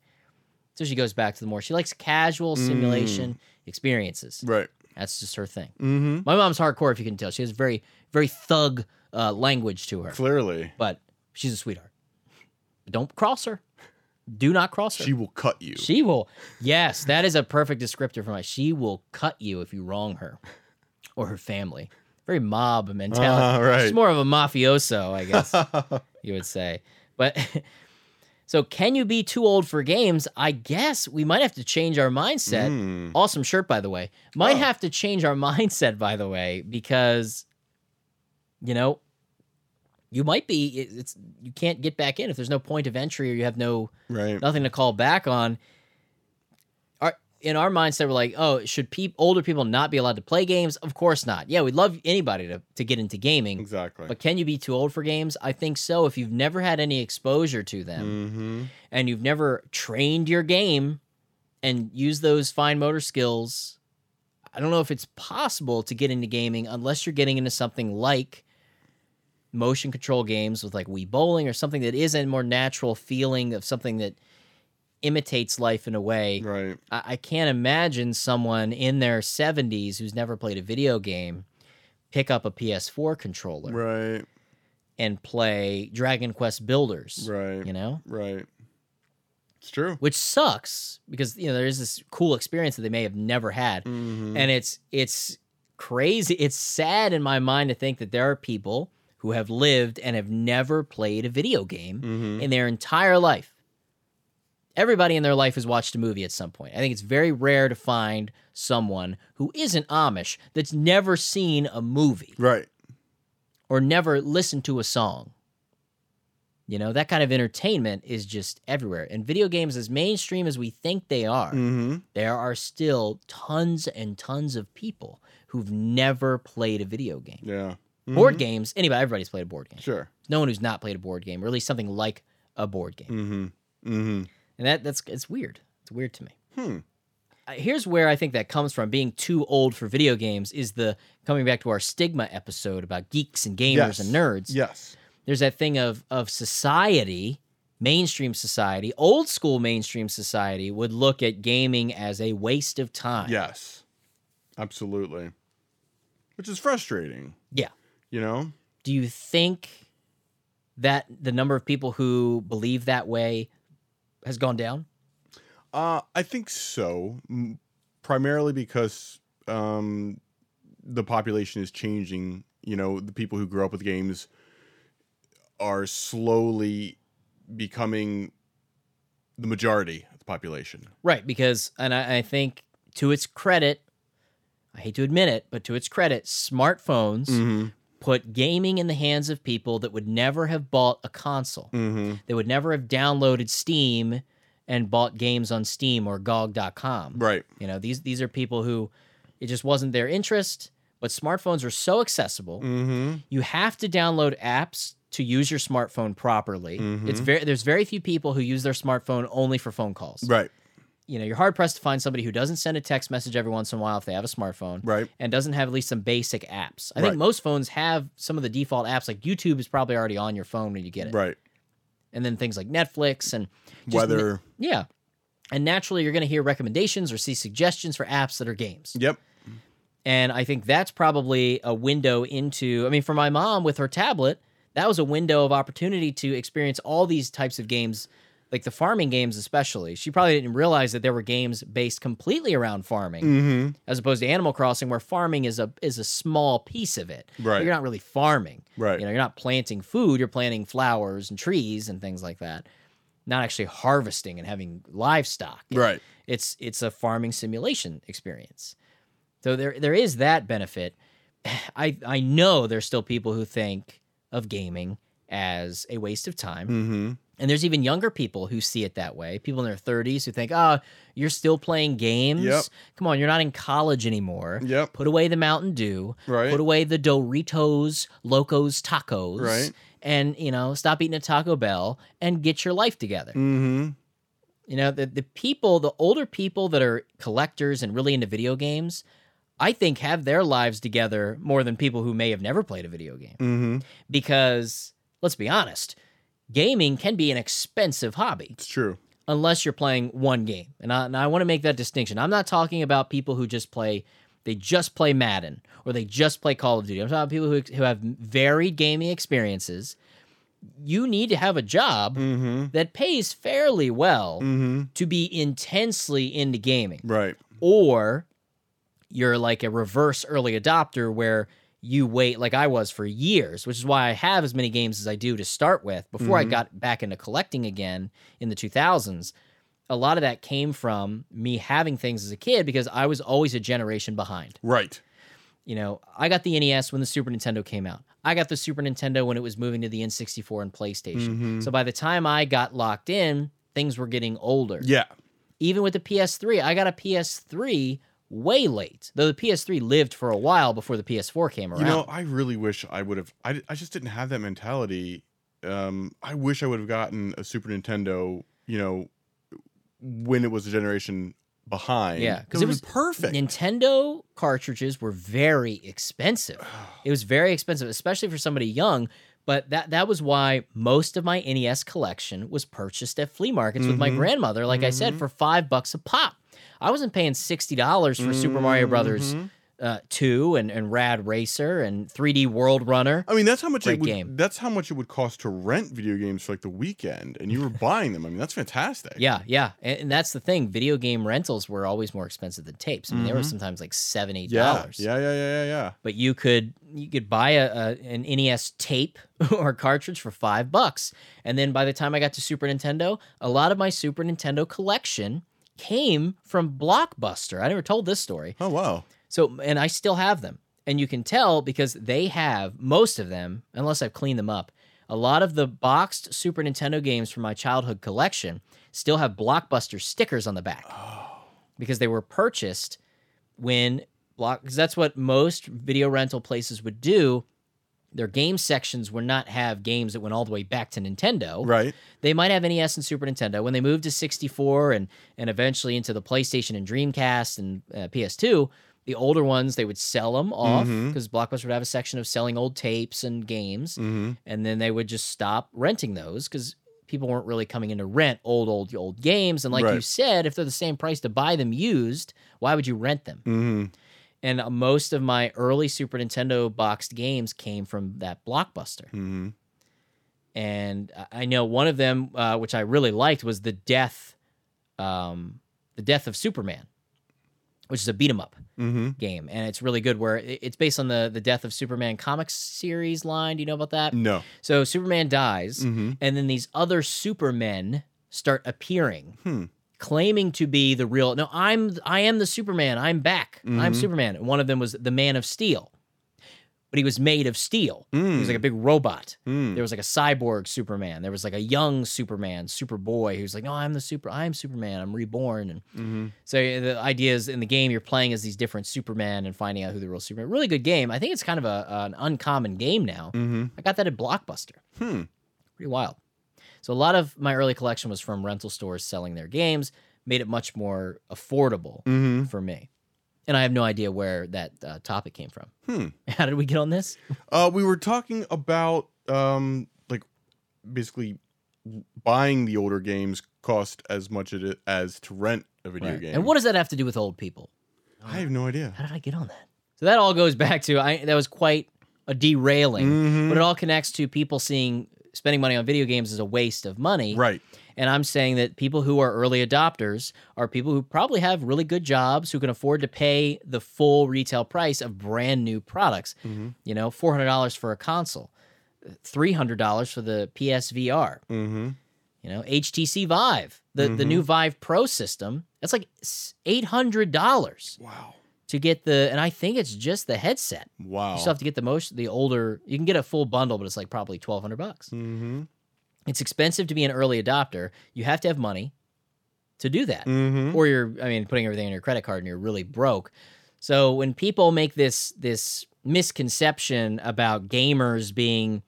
[SPEAKER 1] So she goes back to the more. She likes casual simulation experiences.
[SPEAKER 2] Right.
[SPEAKER 1] That's just her thing.
[SPEAKER 2] Mm-hmm.
[SPEAKER 1] My mom's hardcore, if you can tell. She has very, very thug uh, language to her,
[SPEAKER 2] Clearly,
[SPEAKER 1] but she's a sweetheart. Don't cross her. Do not cross her.
[SPEAKER 2] she will cut you.
[SPEAKER 1] She will. Yes, that is a perfect descriptor for my. She will cut you if you wrong her or her family. Very mob mentality.
[SPEAKER 2] Ah,
[SPEAKER 1] She's
[SPEAKER 2] right.
[SPEAKER 1] more of a mafioso, I guess *laughs* you would say. But *laughs* so, can you be too old for games? I guess we might have to change our mindset.
[SPEAKER 2] Mm.
[SPEAKER 1] Awesome shirt, by the way. Might
[SPEAKER 2] Oh.
[SPEAKER 1] have to change our *laughs* mindset, by the way, because you know you might be. it- It's you can't get back in if there's no point of entry or you have no
[SPEAKER 2] Right.
[SPEAKER 1] nothing to call back on. Are in our mindset we're like, oh, should peop older people not be allowed to play games? Of course not. Yeah, we'd love anybody to, to get into gaming,
[SPEAKER 2] Exactly.
[SPEAKER 1] but can you be too old for games? I think so. If you've never had any exposure to them
[SPEAKER 2] mm-hmm.
[SPEAKER 1] and you've never trained your game and used those fine motor skills, I don't know if it's possible to get into gaming unless you're getting into something like motion control games with like Wii Bowling or something that is a more natural feeling of something that imitates life in a way.
[SPEAKER 2] Right.
[SPEAKER 1] I, I can't imagine someone in their 70s who's never played a video game pick up a PS4 controller
[SPEAKER 2] Right.
[SPEAKER 1] and play Dragon Quest Builders,
[SPEAKER 2] Right.
[SPEAKER 1] you know?
[SPEAKER 2] Right. It's true.
[SPEAKER 1] Which sucks because you know there is this cool experience that they may have never had.
[SPEAKER 2] Mm-hmm.
[SPEAKER 1] And it's it's crazy. It's sad in my mind to think that there are people who have lived and have never played a video game
[SPEAKER 2] mm-hmm.
[SPEAKER 1] in their entire life. Everybody in their life has watched a movie at some point. I think it's very rare to find someone who isn't Amish that's never seen a movie
[SPEAKER 2] Right.
[SPEAKER 1] or never listened to a song. You know, that kind of entertainment is just everywhere. And video games, as mainstream as we think they are,
[SPEAKER 2] Mm-hmm.
[SPEAKER 1] there are still tons and tons of people who've never played a video game.
[SPEAKER 2] Yeah.
[SPEAKER 1] Board
[SPEAKER 2] Mhm.
[SPEAKER 1] games, anybody, everybody's played a board game.
[SPEAKER 2] Sure.
[SPEAKER 1] No one who's not played a board game, or at least something like a board game.
[SPEAKER 2] Mm-hmm. Mm-hmm.
[SPEAKER 1] And that that's it's weird. It's weird to me.
[SPEAKER 2] Hmm.
[SPEAKER 1] Uh, Here's where I think that comes from being too old for video games is the coming back to our stigma episode about geeks and gamers
[SPEAKER 2] Yes.
[SPEAKER 1] and nerds.
[SPEAKER 2] Yes.
[SPEAKER 1] There's that thing of of society, mainstream society, old school mainstream society would look at gaming as a waste of time.
[SPEAKER 2] Yes. Absolutely. Which is frustrating.
[SPEAKER 1] Yeah.
[SPEAKER 2] You know?
[SPEAKER 1] Do you think that the number of people who believe that way has gone down?
[SPEAKER 2] Uh, I think so, m- primarily because um, the population is changing. You know, the people who grew up with games are slowly becoming the majority of the population.
[SPEAKER 1] Right, because and I, I think to its credit, I hate to admit it, but to its credit, smartphones
[SPEAKER 2] Mm-hmm.
[SPEAKER 1] put gaming in the hands of people that would never have bought a console.
[SPEAKER 2] Mm-hmm.
[SPEAKER 1] They would never have downloaded Steam and bought games on Steam or GOG.com.
[SPEAKER 2] Right.
[SPEAKER 1] You know, these these are people who it just wasn't their interest, but smartphones are so accessible.
[SPEAKER 2] Mm-hmm.
[SPEAKER 1] You have to download apps to use your smartphone properly.
[SPEAKER 2] Mm-hmm.
[SPEAKER 1] It's very there's very few people who use their smartphone only for phone calls.
[SPEAKER 2] Right.
[SPEAKER 1] You know, you're hard pressed to find somebody who doesn't send a text message every once in a while if they have a smartphone
[SPEAKER 2] Right.
[SPEAKER 1] and doesn't have at least some basic apps. I
[SPEAKER 2] Right.
[SPEAKER 1] think most phones have some of the default apps like YouTube is probably already on your phone when you get it.
[SPEAKER 2] Right.
[SPEAKER 1] And then things like Netflix and just na-
[SPEAKER 2] Whether.
[SPEAKER 1] yeah. And naturally you're going to hear recommendations or see suggestions for apps that are games.
[SPEAKER 2] yep.
[SPEAKER 1] And I think that's probably a window into I mean for my mom with her tablet, that was a window of opportunity to experience all these types of games like the farming games especially. She probably didn't realize that there were games based completely around farming
[SPEAKER 2] Mm-hmm.
[SPEAKER 1] as opposed to Animal Crossing, where farming is a is a small piece of it.
[SPEAKER 2] Right.
[SPEAKER 1] You're not really farming.
[SPEAKER 2] Right.
[SPEAKER 1] You know, you're not planting food. You're planting flowers and trees and things like that. Not actually harvesting and having livestock.
[SPEAKER 2] Right.
[SPEAKER 1] It's it's a farming simulation experience. So there there is that benefit. *sighs* I I know there's still people who think of gaming as a waste of time.
[SPEAKER 2] Mm-hmm.
[SPEAKER 1] And there's even younger people who see it that way. People in their 30s who think, oh, you're still playing games.
[SPEAKER 2] Yep.
[SPEAKER 1] Come on, you're not in college anymore.
[SPEAKER 2] Yep.
[SPEAKER 1] Put away the Mountain Dew.
[SPEAKER 2] Right.
[SPEAKER 1] Put away the Doritos, Locos, Tacos.
[SPEAKER 2] Right.
[SPEAKER 1] And, you know, stop eating a Taco Bell and get your life together.
[SPEAKER 2] Mm-hmm.
[SPEAKER 1] You know, the, the people, the older people that are collectors and really into video games, I think have their lives together more than people who may have never played a video game.
[SPEAKER 2] Mm-hmm.
[SPEAKER 1] Because let's be honest, gaming can be an expensive hobby
[SPEAKER 2] It's true.
[SPEAKER 1] unless you're playing one game. And I, and I want to make that distinction. I'm not talking about people who just play, they just play Madden or they just play Call of Duty. I'm talking about people who, who have varied gaming experiences. You need to have a job
[SPEAKER 2] Mm-hmm.
[SPEAKER 1] that pays fairly well
[SPEAKER 2] Mm-hmm.
[SPEAKER 1] to be intensely into gaming
[SPEAKER 2] Right.
[SPEAKER 1] or you're like a reverse early adopter where you wait like I was for years, which is why I have as many games as I do to start with. Before I
[SPEAKER 2] Mhm.
[SPEAKER 1] got back into collecting again in the 2000s, a lot of that came from me having things as a kid because I was always a generation behind.
[SPEAKER 2] Right.
[SPEAKER 1] You know, I got the NES when the Super Nintendo came out. I got the Super Nintendo when it was moving to the N64 and PlayStation.
[SPEAKER 2] Mhm.
[SPEAKER 1] So by the time I got locked in, things were getting older.
[SPEAKER 2] Yeah.
[SPEAKER 1] Even with the PS3, I got a PS3 way late. Though the PS3 lived for a while before the PS4 came around.
[SPEAKER 2] You know, I really wish I would have. I, I just didn't have that mentality. Um, I wish I would have gotten a Super Nintendo. You know, when it was a generation behind.
[SPEAKER 1] Yeah,
[SPEAKER 2] because it was perfect.
[SPEAKER 1] Nintendo cartridges were very
[SPEAKER 2] *sighs*
[SPEAKER 1] expensive. It was very expensive, especially for somebody young. But that that was why most of my NES collection was purchased at flea markets with my
[SPEAKER 2] Mhm.
[SPEAKER 1] grandmother. Like I said,
[SPEAKER 2] Mhm.
[SPEAKER 1] for five bucks a pop, I wasn't paying sixty dollars for Super Mario Brothers
[SPEAKER 2] Mhm.
[SPEAKER 1] uh, Two and, and Rad Racer and 3D World Runner.
[SPEAKER 2] I mean, that's how much
[SPEAKER 1] Great
[SPEAKER 2] it would,
[SPEAKER 1] game.
[SPEAKER 2] That's how much it would cost to rent video games for like the weekend, and you were buying them. I mean, that's fantastic.
[SPEAKER 1] Yeah, yeah, and, and that's the thing. Video game rentals were always more expensive than tapes. I mean, they were
[SPEAKER 2] Mhm.
[SPEAKER 1] sometimes like seven, eight
[SPEAKER 2] Yeah.
[SPEAKER 1] dollars.
[SPEAKER 2] Yeah. Yeah. Yeah. Yeah. yeah.
[SPEAKER 1] but you could you could buy a, a an NES tape *laughs* or cartridge for five bucks. And then by the time I got to Super Nintendo, a lot of my Super Nintendo collection came from Blockbuster. I never told this story.
[SPEAKER 2] Oh wow.
[SPEAKER 1] So and I still have them. And you can tell because they have most of them, unless I've cleaned them up. A lot of the boxed Super Nintendo games from my childhood collection still have Blockbuster stickers on the back
[SPEAKER 2] Oh.
[SPEAKER 1] because they were purchased when block because that's what most video rental places would do their game sections would not have games that went all the way back to Nintendo.
[SPEAKER 2] Right.
[SPEAKER 1] They might have NES and Super Nintendo. When they moved to 64 and and eventually into the PlayStation and Dreamcast and uh, PS2, the older ones they would sell them off
[SPEAKER 2] Mhm.
[SPEAKER 1] because Blockbuster would have a section of selling old tapes and games,
[SPEAKER 2] Mm-hmm.
[SPEAKER 1] and then they would just stop renting those because people weren't really coming in to rent old, old, old games. And like you
[SPEAKER 2] Right.
[SPEAKER 1] said, if they're the same price to buy them used, why would you rent them?
[SPEAKER 2] Mm-hmm.
[SPEAKER 1] And uh, most of my early Super Nintendo boxed games came from that blockbuster.
[SPEAKER 2] Mm-hmm.
[SPEAKER 1] And I- I know one of them, uh, which I really liked, was the death, um, the death of Superman, which is a beat 'em up
[SPEAKER 2] Mm-hmm.
[SPEAKER 1] game, and it's really good. Where it- it's based on the the death of Superman comics series line. Do you know about that?
[SPEAKER 2] No.
[SPEAKER 1] So Superman dies,
[SPEAKER 2] Mm-hmm.
[SPEAKER 1] and then these other supermen start appearing
[SPEAKER 2] Hmm.
[SPEAKER 1] claiming to be the real no i'm i am the superman i'm back i'm
[SPEAKER 2] Mhm.
[SPEAKER 1] superman and one of them was the man of steel but he was made of steel he was like a big robot *laughs*
[SPEAKER 2] Mm.
[SPEAKER 1] there was like a cyborg superman there was like a young superman superboy who's like no i'm the super i'm superman i'm reborn and
[SPEAKER 2] Mm-hmm.
[SPEAKER 1] so yeah, the idea is in the game you're playing as these different supermen and finding out who the real superman really good game i think it's kind of a, an uncommon game now
[SPEAKER 2] Mm-hmm.
[SPEAKER 1] i got that at blockbuster
[SPEAKER 2] Hmm.
[SPEAKER 1] pretty wild. So a lot of my early collection was from rental stores selling their games, made it much more affordable
[SPEAKER 2] Mm-hmm.
[SPEAKER 1] for me. And I have no idea where that uh, topic came from.
[SPEAKER 2] Hmm.
[SPEAKER 1] *laughs* How did we get on this?
[SPEAKER 2] Uh, we were talking about um, like basically buying the older games cost as much it- as to rent a video
[SPEAKER 1] Right.
[SPEAKER 2] game.
[SPEAKER 1] And what does that have to do with old people?
[SPEAKER 2] I have no idea.
[SPEAKER 1] How did I get on that? So that all goes back to I that was quite a derailing,
[SPEAKER 2] Mhm.
[SPEAKER 1] but it all connects to people seeing spending money on video games as a waste of money.
[SPEAKER 2] Right.
[SPEAKER 1] And I'm saying that people who are early adopters are people who probably have really good jobs who can afford to pay the full retail price of brand new products.
[SPEAKER 2] Mhm.
[SPEAKER 1] You know, $400 for a console, $300 for the PSVR,
[SPEAKER 2] Mm-hmm.
[SPEAKER 1] you know, HTC Vive, the, the new Vive Pro system. That's like s- $800
[SPEAKER 2] Wow.
[SPEAKER 1] to get the, and I think it's just the headset.
[SPEAKER 2] Wow.
[SPEAKER 1] You still have to get the most, the older, you can get a full bundle, but it's like probably 1200 bucks
[SPEAKER 2] mm-hmm.
[SPEAKER 1] it's expensive to be an early adopter. You have to have money to do that.
[SPEAKER 2] Mm-hmm.
[SPEAKER 1] Or you're I mean putting everything on your credit card and you're really broke. So when people make this this misconception about gamers being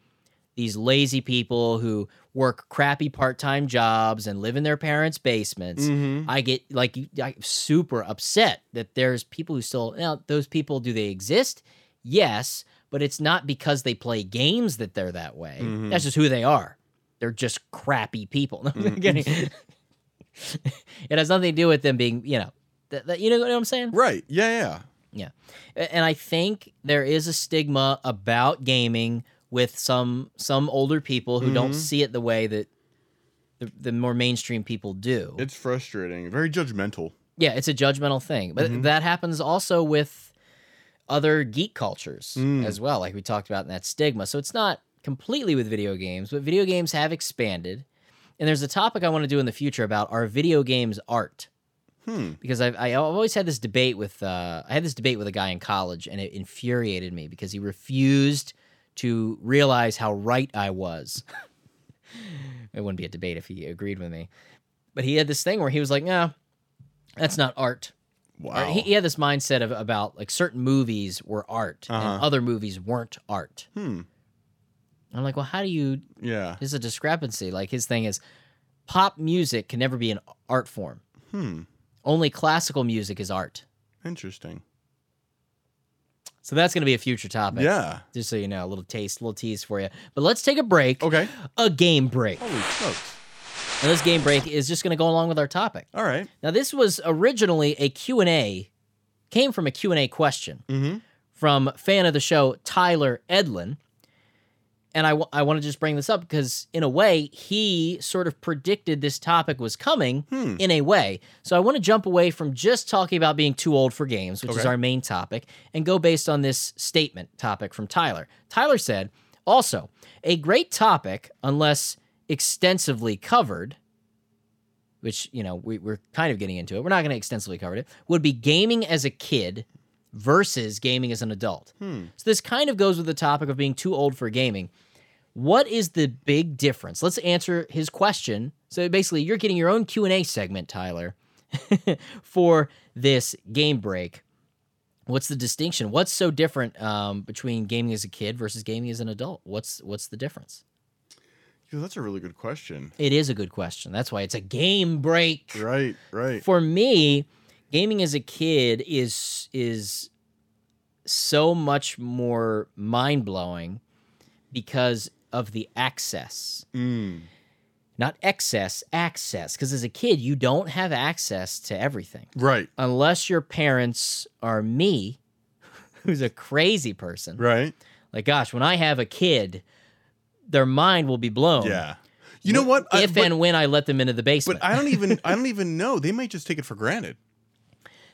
[SPEAKER 1] these lazy people who work crappy part-time jobs and live in their parents' basements,
[SPEAKER 2] Mm-hmm.
[SPEAKER 1] I get like you- I'm super upset that there's people who still now those people do they exist? Yes, but it's not because they play games that they're that way.
[SPEAKER 2] Mhm.
[SPEAKER 1] That's just who they are. They're just crappy people. *laughs* No, I'm kidding. it has nothing to do with them being you know th- th- you know what I'm saying.
[SPEAKER 2] Right. Yeah. Yeah.
[SPEAKER 1] A- And I think there is a stigma about gaming with some some older people who don't
[SPEAKER 2] Mhm.
[SPEAKER 1] see it the way that the, the more mainstream people do.
[SPEAKER 2] It's frustrating. Very judgmental.
[SPEAKER 1] Yeah, it's a judgmental thing. But
[SPEAKER 2] Mhm.
[SPEAKER 1] that happens also with other geek cultures
[SPEAKER 2] Mm.
[SPEAKER 1] as well, like we talked about in that stigma. So it's not completely with video games, but video games have expanded. And there's a topic I want to do in the future about are video games art?
[SPEAKER 2] Hmm.
[SPEAKER 1] Because I've, I always had this debate with, uh, I had this debate with a guy in college and it infuriated me because he refused to realize how right I was. *laughs* it wouldn't be a debate if he agreed with me. But he had this thing where he was like, no, That's not art.
[SPEAKER 2] Wow.
[SPEAKER 1] Right? He, he had this mindset of about like certain movies were art and
[SPEAKER 2] Uh-huh.
[SPEAKER 1] other movies weren't art.
[SPEAKER 2] hmm.
[SPEAKER 1] I'm like, well, how do you?
[SPEAKER 2] Yeah.
[SPEAKER 1] There's a discrepancy. Like his thing is, pop music can never be an art form.
[SPEAKER 2] Hmm.
[SPEAKER 1] Only classical music is art.
[SPEAKER 2] Interesting.
[SPEAKER 1] So that's going to be a future topic.
[SPEAKER 2] Yeah.
[SPEAKER 1] Just so you know, a little taste, a little tease for you. But let's take a break.
[SPEAKER 2] Okay.
[SPEAKER 1] A game break.
[SPEAKER 2] Holy smokes.
[SPEAKER 1] Now, this game break is just going to go along with our topic.
[SPEAKER 2] All right.
[SPEAKER 1] Now, this was originally a Q&A, came from a Q&A question
[SPEAKER 2] Mm-hmm.
[SPEAKER 1] from fan of the show Tyler Edlin. And I want to just bring this up because, in a way, he sort of predicted this topic was coming
[SPEAKER 2] Hmm.
[SPEAKER 1] in a way. So I want to jump away from just talking about being too old for games, which is
[SPEAKER 2] Okay.
[SPEAKER 1] our main topic, and go based on this statement topic from Tyler. Tyler said, also, a great topic, unless extensively covered, which, you know, we, we're kind of getting into it. We're not going to extensively cover it, would be gaming as a kid versus gaming as an adult.
[SPEAKER 2] Hmm.
[SPEAKER 1] So this kind of goes with the topic of being too old for gaming. What is the big difference? Let's answer his question. So basically, you're getting your own Q&A segment, Tyler, *laughs* for this game break. What's the distinction? What's so different um, between gaming as a kid versus gaming as an adult? What's what's the difference?
[SPEAKER 2] Yo, that's a really good question.
[SPEAKER 1] It is a good question. That's why it's a game break.
[SPEAKER 2] Right. Right.
[SPEAKER 1] For me, gaming as a kid is is so much more mind blowing because of the access.
[SPEAKER 2] Mm.
[SPEAKER 1] Not excess, access. Because as a kid, you don't have access to everything
[SPEAKER 2] Right.
[SPEAKER 1] unless your parents are me, *laughs* who's a crazy person.
[SPEAKER 2] Right.
[SPEAKER 1] Like, gosh, when I have a kid, their mind will be blown.
[SPEAKER 2] Yeah. Um, You know what? I-
[SPEAKER 1] If
[SPEAKER 2] but,
[SPEAKER 1] and when I let them into the basement,
[SPEAKER 2] but I don't even I don't even know. They might just take it
[SPEAKER 1] *laughs*
[SPEAKER 2] for granted.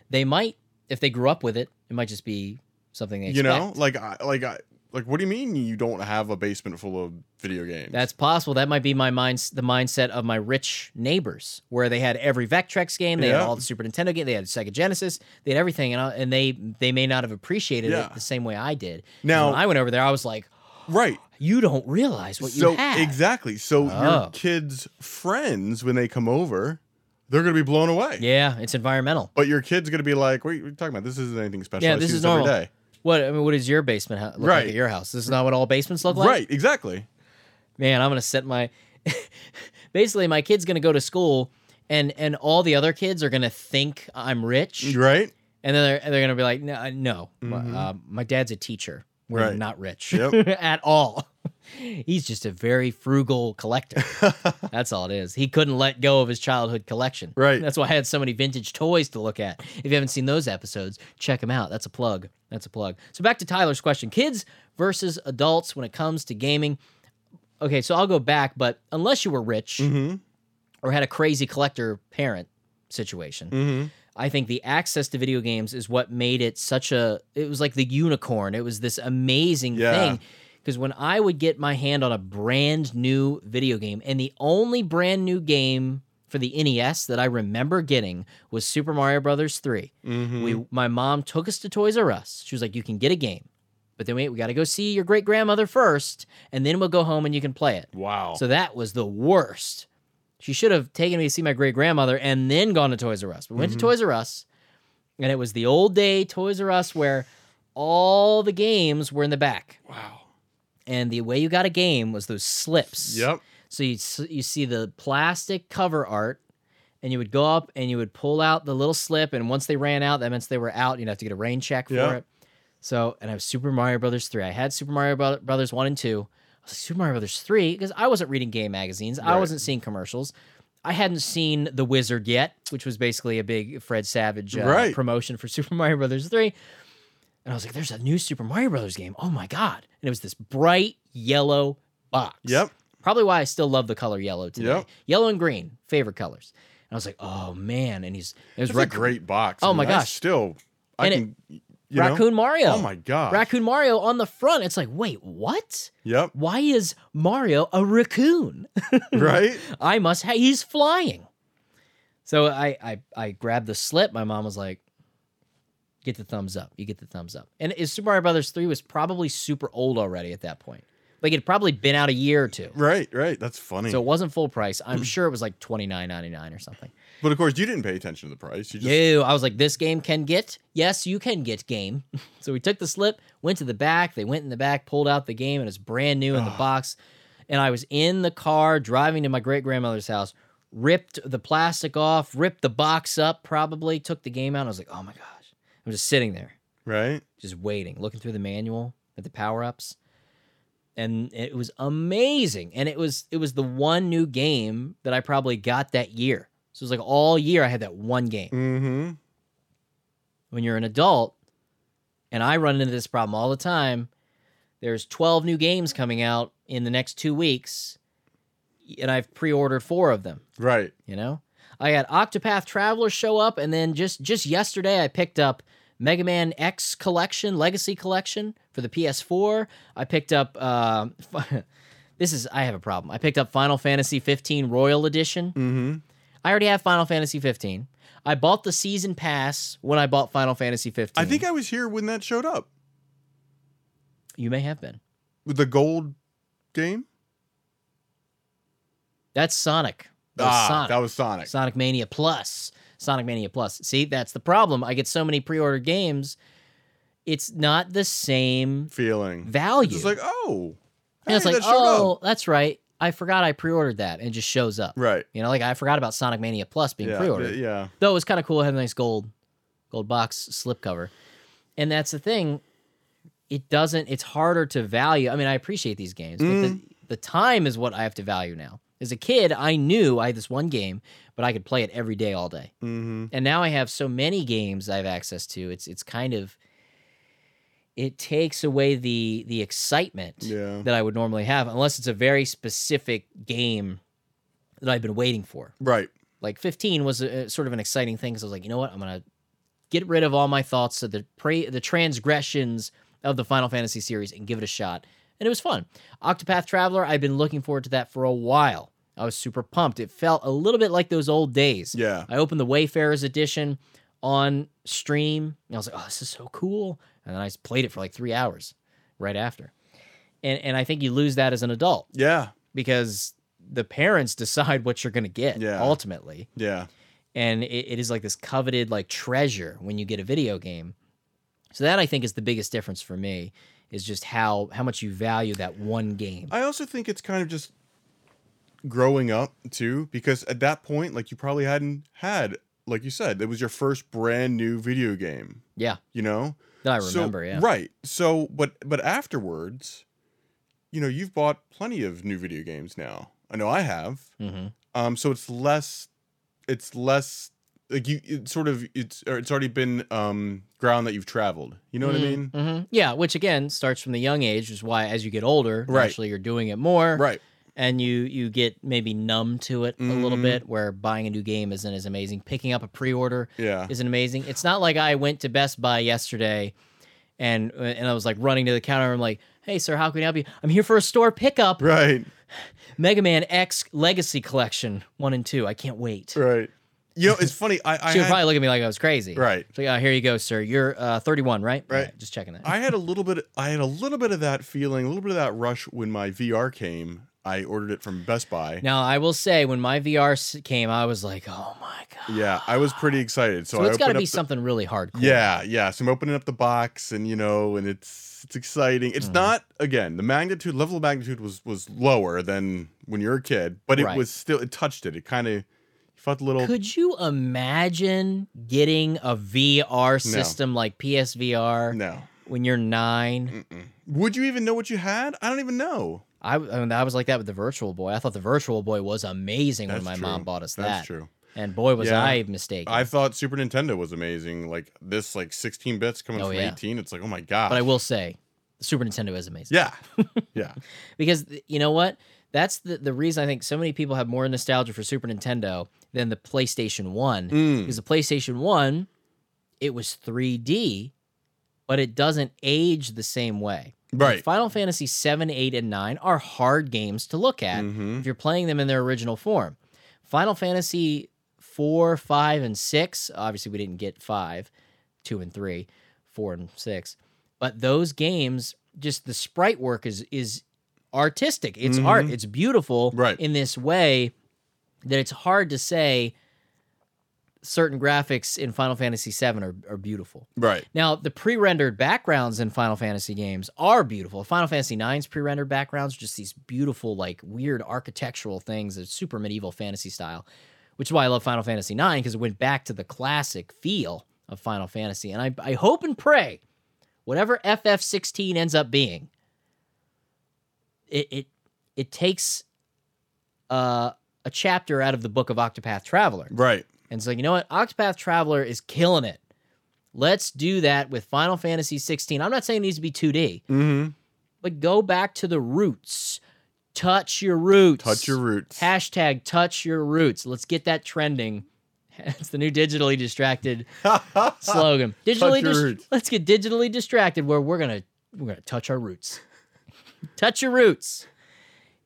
[SPEAKER 1] they might, if they grew up with it, it might just be something they expect.
[SPEAKER 2] You know, like I like I like what do you mean you don't have a basement full of video games?
[SPEAKER 1] That's possible. That might be my mind, the mindset of my rich neighbors, where they had every Vectrex game, they had
[SPEAKER 2] Yeah.
[SPEAKER 1] all the Super Nintendo game, they had Sega Genesis, they had everything, and, I, and they they may not have appreciated
[SPEAKER 2] Yeah.
[SPEAKER 1] it the same way I did.
[SPEAKER 2] Now-
[SPEAKER 1] when I went over there, I was like,
[SPEAKER 2] right.
[SPEAKER 1] "You don't realize *gasps* what
[SPEAKER 2] So
[SPEAKER 1] you have."
[SPEAKER 2] exactly. So
[SPEAKER 1] Oh.
[SPEAKER 2] your kids' friends when they come over, they're gonna be blown away.
[SPEAKER 1] Yeah, it's environmental.
[SPEAKER 2] But your kid's gonna be like, "What are you talking about? This isn't anything special.
[SPEAKER 1] Yeah,
[SPEAKER 2] I
[SPEAKER 1] this
[SPEAKER 2] see
[SPEAKER 1] is
[SPEAKER 2] every
[SPEAKER 1] normal.
[SPEAKER 2] day."
[SPEAKER 1] What I mean, what does your basement ho- look like
[SPEAKER 2] Right.
[SPEAKER 1] at your house? This is not what all basements look like.
[SPEAKER 2] right. Exactly.
[SPEAKER 1] man, I'm gonna set my *laughs* basically my kid's gonna go to school and and all the other kids are gonna think I'm rich,
[SPEAKER 2] Right.
[SPEAKER 1] and then they're, and they're gonna be like, no, uh, no, my, uh, my dad's a teacher. We're
[SPEAKER 2] Mm-hmm. Right.
[SPEAKER 1] not rich
[SPEAKER 2] Yep.
[SPEAKER 1] *laughs* at all. He's just a very frugal
[SPEAKER 2] *laughs*
[SPEAKER 1] collector. That's all it is. He couldn't let go of his childhood collection.
[SPEAKER 2] Right.
[SPEAKER 1] That's why I had so many vintage toys to look at. If you haven't seen those episodes, check them out. That's a plug. That's a plug. So back to Tyler's question: kids versus adults when it comes to gaming. Okay, so I'll go back, but unless you were rich
[SPEAKER 2] Mm-hmm.
[SPEAKER 1] or had a crazy collector parent situation,
[SPEAKER 2] Mm-hmm.
[SPEAKER 1] I think the access to video games is what made it such a it was like the unicorn. It was this amazing
[SPEAKER 2] Yeah.
[SPEAKER 1] thing. Because when I would get my hand on a brand new video game, and the only brand new game for the NES that I remember getting was Super Mario Brothers 3.
[SPEAKER 2] Mm-hmm.
[SPEAKER 1] We my mom took us to Toys R Us. She was like, You can get a game. But then wait, we gotta go see your great grandmother first, and then we'll go home and you can play it.
[SPEAKER 2] wow.
[SPEAKER 1] So that was the worst. She should have taken me to see my great grandmother and then gone to Toys R Us. But we went to Toys R Us, and it was the old day Toys R Us where all the games were in the back.
[SPEAKER 2] wow.
[SPEAKER 1] And the way you got a game was those slips.
[SPEAKER 2] Yep.
[SPEAKER 1] So you you see the plastic cover art, and you would go up and you would pull out the little slip. And once they ran out, that meant they were out. You'd have to get a rain check for
[SPEAKER 2] Yeah.
[SPEAKER 1] it. So and I have Super Mario Brothers three. I had Super Mario Bro- Brothers one and two. I was like, Super Mario Brothers three because I wasn't reading game magazines. I
[SPEAKER 2] Right.
[SPEAKER 1] wasn't seeing commercials. I hadn't seen The Wizard yet, which was basically a big Fred Savage uh,
[SPEAKER 2] Right.
[SPEAKER 1] promotion for *laughs* Super Mario Brothers three. And I was like, "There's a new Super Mario Brothers game! Oh my god!" And it was this bright yellow box.
[SPEAKER 2] Yep.
[SPEAKER 1] Probably why I still love the color yellow today.
[SPEAKER 2] Yep.
[SPEAKER 1] Yellow and green, favorite colors. And I was like, oh man. And he's there's
[SPEAKER 2] It's a great box.
[SPEAKER 1] Oh
[SPEAKER 2] I mean,
[SPEAKER 1] my
[SPEAKER 2] I
[SPEAKER 1] gosh.
[SPEAKER 2] still, I
[SPEAKER 1] And it-
[SPEAKER 2] can. you know?
[SPEAKER 1] Raccoon Mario.
[SPEAKER 2] Oh my god.
[SPEAKER 1] Raccoon Mario on the front. It's like, wait, what? *laughs*
[SPEAKER 2] Yep.
[SPEAKER 1] Why is Mario a raccoon?
[SPEAKER 2] Right.
[SPEAKER 1] I must ha- he's flying. So I, I I grabbed the slip. My mom was like, get the thumbs up. You get the thumbs up. And is Super Mario Brothers 3 was probably super old already at that point. Like it'd probably been out a year or two.
[SPEAKER 2] right. Right. That's funny. Mm.
[SPEAKER 1] So it wasn't full price. I'm sure it was like twenty nine ninety nine or something.
[SPEAKER 2] But of course, you didn't pay attention to the price. You just
[SPEAKER 1] No, I was like, this game can get. Yes, you can get game. *laughs* so we took the slip, went to the back. They went in the back, pulled out the game, and it's brand new in the box. And I was in the car driving to my great grandmother's house, ripped the plastic off, ripped the box up, probably took the game out. And I was like, oh my gosh. I'm just sitting there,
[SPEAKER 2] right.
[SPEAKER 1] just waiting, looking through the manual at the power ups. And it was amazing. And it was it was the one new game that I probably got that year. So it was like all year I had that one game
[SPEAKER 2] Mm-hmm.
[SPEAKER 1] when you're an adult, and I run into this problem all the time, there's 12 new games coming out in the next two weeks, and I've pre ordered four of them,
[SPEAKER 2] Right.
[SPEAKER 1] you know? I had Octopath Traveler show up, and then just just yesterday I picked up Mega Man X Collection, Legacy Collection for the PS4. I picked up uh, *laughs* this is I have a problem. I picked up Final Fantasy 15 Royal Edition.
[SPEAKER 2] Mm-hmm.
[SPEAKER 1] I already have Final Fantasy 15. I bought the season pass when I bought Final Fantasy 15.
[SPEAKER 2] I think I was here when that showed up
[SPEAKER 1] you may have been.
[SPEAKER 2] with the gold game.
[SPEAKER 1] That's Sonic. That was
[SPEAKER 2] ah,
[SPEAKER 1] Sonic.
[SPEAKER 2] that was Sonic.
[SPEAKER 1] Sonic Mania Plus. Sonic Mania Plus. See, that's the problem. I get so many pre-order games. It's not the same
[SPEAKER 2] Feeling.
[SPEAKER 1] value.
[SPEAKER 2] It's just like oh,
[SPEAKER 1] And it's
[SPEAKER 2] hey,
[SPEAKER 1] like,
[SPEAKER 2] that showed up.
[SPEAKER 1] oh, that's right. I forgot I pre-ordered that, and it just shows up.
[SPEAKER 2] right.
[SPEAKER 1] You know, like I forgot about Sonic Mania Plus being
[SPEAKER 2] Yeah,
[SPEAKER 1] pre-ordered.
[SPEAKER 2] yeah.
[SPEAKER 1] though it was kind of cool. It had a nice gold, gold box slipcover, and that's the thing. It doesn't. It's harder to value. I mean, I appreciate these games, but the, the time is what I have to value now. As a kid, I knew I had this one game, but I could play it every day, all day.
[SPEAKER 2] Mm-hmm.
[SPEAKER 1] And now I have so many games I have access to. It's it's kind of it takes away the the excitement
[SPEAKER 2] Yeah.
[SPEAKER 1] that I would normally have, unless it's a very specific game that I've been waiting for
[SPEAKER 2] Right.
[SPEAKER 1] like 15 was a, a sort of an exciting thing because I was like, you know what, I'm gonna get rid of all my thoughts of the pre the transgressions of the Final Fantasy series and give it a shot, and it was fun. Octopath Traveler, I've been looking forward to that for a while. I was super pumped. It felt a little bit like those old days.
[SPEAKER 2] Yeah.
[SPEAKER 1] I opened the Wayfarers edition on stream, and I was like, oh, this is so cool, and then I just played it for like three hours right after, and and I think you lose that as an adult
[SPEAKER 2] Yeah.
[SPEAKER 1] because the parents *laughs* decide what you're gonna get
[SPEAKER 2] Yeah.
[SPEAKER 1] ultimately
[SPEAKER 2] Yeah.
[SPEAKER 1] and it, it is like this coveted like treasure when you get a video game so that i think is the biggest difference for me is just how how much you value that one game
[SPEAKER 2] I also think it's kind of just growing up too, because at that point, like you probably hadn't had, like you said, it was your first brand new video game.
[SPEAKER 1] yeah
[SPEAKER 2] You know,
[SPEAKER 1] that i
[SPEAKER 2] So-
[SPEAKER 1] remember yeah
[SPEAKER 2] Right. So, but but afterwards, you know, you've bought plenty of new video games now. I know I have.
[SPEAKER 1] hmm
[SPEAKER 2] Um, so it's less, it's less like you. It's sort of it's or it's already been um ground that you've traveled. You know what I mean?
[SPEAKER 1] hmm yeah which again starts from the young age is why as you get older
[SPEAKER 2] Right.
[SPEAKER 1] actually you're doing it more
[SPEAKER 2] Right.
[SPEAKER 1] and you you get maybe numb to it a little
[SPEAKER 2] Mhm.
[SPEAKER 1] bit where buying a new game isn't as amazing picking up a pre-order
[SPEAKER 2] Yeah.
[SPEAKER 1] isn't amazing. It's not like I went to Best Buy yesterday and uh, and I was like running to the counter. I'm like, hey, sir, how can I help you? I'm here for a store pickup.
[SPEAKER 2] Right.
[SPEAKER 1] Mega Man X Legacy Collection 1 and 2. I can't wait.
[SPEAKER 2] Right. You know, it's funny. I
[SPEAKER 1] *laughs*
[SPEAKER 2] I
[SPEAKER 1] She would
[SPEAKER 2] had-
[SPEAKER 1] probably look at me like I was crazy.
[SPEAKER 2] Right.
[SPEAKER 1] It's like, oh, here you go, sir. You're uh, 31, right?
[SPEAKER 2] Right.
[SPEAKER 1] Alright, Just checking that.
[SPEAKER 2] *laughs* I had a little bit. I had a little bit of that feeling, a little bit of that rush when my VR came. I ordered it from Best Buy.
[SPEAKER 1] now, I will say, when my VR s- came, I was like, oh my God.
[SPEAKER 2] Yeah, I was pretty excited. So,
[SPEAKER 1] So
[SPEAKER 2] I
[SPEAKER 1] it's got to
[SPEAKER 2] opened
[SPEAKER 1] be
[SPEAKER 2] up the-
[SPEAKER 1] something really hardcore.
[SPEAKER 2] Yeah, yeah. So I'm opening up the box, and you know, and it's it's exciting. It's
[SPEAKER 1] Mhm.
[SPEAKER 2] not again the magnitude level of magnitude was was lower than when you're a kid, but it
[SPEAKER 1] Right.
[SPEAKER 2] was still it touched it. It kind of felt a little.
[SPEAKER 1] Could you imagine getting a VR system like PSVR
[SPEAKER 2] no.
[SPEAKER 1] when you're nine?
[SPEAKER 2] Mm-mm. Would you even know what you had? I don't even know.
[SPEAKER 1] I, I mean, I was like that with the Virtual Boy. I thought the Virtual Boy was amazing when
[SPEAKER 2] That's
[SPEAKER 1] my mom
[SPEAKER 2] true.
[SPEAKER 1] bought us
[SPEAKER 2] That's
[SPEAKER 1] that,
[SPEAKER 2] true.
[SPEAKER 1] and boy was
[SPEAKER 2] Yeah.
[SPEAKER 1] I mistaken.
[SPEAKER 2] I thought Super Nintendo was amazing. Like this, like 16 bits coming
[SPEAKER 1] Oh,
[SPEAKER 2] from
[SPEAKER 1] yeah.
[SPEAKER 2] 18. It's like, oh my god.
[SPEAKER 1] but I will say, the Super Nintendo is amazing *laughs*
[SPEAKER 2] Yeah. Yeah.
[SPEAKER 1] because th- you know what? That's the the reason I think so many people have more nostalgia for Super Nintendo than the PlayStation One
[SPEAKER 2] Mm.
[SPEAKER 1] because the PlayStation One, it was 3D, but it doesn't age the same way.
[SPEAKER 2] Right.
[SPEAKER 1] Final Fantasy 7, 8, and 9 are hard games to look at.
[SPEAKER 2] Mm-hmm.
[SPEAKER 1] if you're playing them in their original form. Final Fantasy 4, 5, and 6, obviously we didn't get 5, 2 and 3, 4 and 6. But those games, just the sprite work is is artistic. It's art. It's beautiful
[SPEAKER 2] Right.
[SPEAKER 1] in this way that it's hard to say certain graphics in Final Fantasy VII are, are beautiful.
[SPEAKER 2] Right.
[SPEAKER 1] Now, the pre-rendered backgrounds in Final Fantasy games are beautiful. Final Fantasy IX's pre-rendered backgrounds are just these beautiful, like weird architectural things that's super medieval fantasy style, which is why I love Final Fantasy IX because it went back to the classic feel of Final Fantasy. And I, I hope and pray, whatever FF16 ends up being, it it it takes uh, a chapter out of the Book of Octopath Traveler.
[SPEAKER 2] Right.
[SPEAKER 1] And it's like, you know what? Octopath Traveler is killing it. Let's do that with Final Fantasy 16. I'm not saying it needs to be 2D,
[SPEAKER 2] Mm-hmm.
[SPEAKER 1] but go back to the roots. Touch your roots.
[SPEAKER 2] Touch your roots. *laughs*
[SPEAKER 1] Hashtag touch your roots. Let's get that trending. *laughs* It's the new digitally
[SPEAKER 2] *laughs*
[SPEAKER 1] distracted slogan. Digitally
[SPEAKER 2] your
[SPEAKER 1] dis-
[SPEAKER 2] roots.
[SPEAKER 1] Let's get digitally distracted where we're gonna we're gonna touch our roots. *laughs* touch your roots.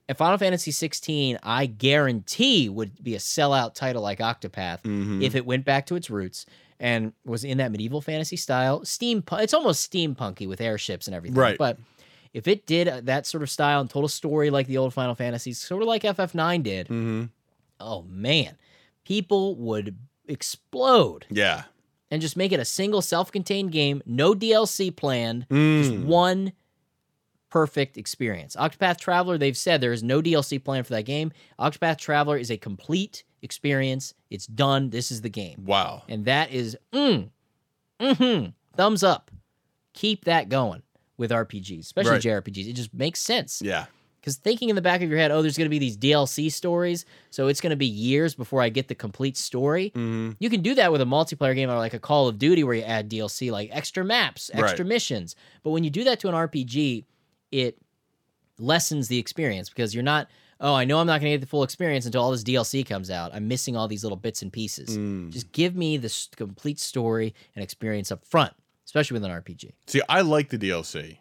[SPEAKER 1] And Final Fantasy 16, I guarantee, would be a sellout title like Octopath
[SPEAKER 2] Mhm.
[SPEAKER 1] if it went back to its roots and was in that medieval fantasy style. Steampunk. It's almost steampunky with airships and everything.
[SPEAKER 2] Right.
[SPEAKER 1] But if it did uh, that sort of style and told a story like the old Final Fantasies, sort of like FF9 did,
[SPEAKER 2] mm-hmm.
[SPEAKER 1] oh man, people would explode
[SPEAKER 2] Yeah.
[SPEAKER 1] and just make it a single self-contained game, no DLC planned, just
[SPEAKER 2] Mm.
[SPEAKER 1] one perfect experience. Octopath Traveler, they've said there is no DLC planned for that game. Octopath Traveler is a complete experience. It's done. This is the game.
[SPEAKER 2] Wow.
[SPEAKER 1] And that is mm, mm-hmm, thumbs up. Keep that going with RPGs, especially
[SPEAKER 2] Right.
[SPEAKER 1] JRPGs. It just makes sense.
[SPEAKER 2] Yeah.
[SPEAKER 1] Because thinking in the back of your head, oh, there's going to be these DLC stories, so it's going to be years before I get the complete story.
[SPEAKER 2] Mm-hmm.
[SPEAKER 1] You can do that with a multiplayer game or like a Call of Duty where you add DLC, like extra maps, extra missions. But when you do that to an RPG, it lessens the experience because you're not, oh, I know I'm not going to get the full experience until all this DLC comes out. I'm missing all these little bits and
[SPEAKER 2] Mm.
[SPEAKER 1] pieces. Just give me the s- complete story and experience up front, especially with an RPG.
[SPEAKER 2] See, I like the DLC.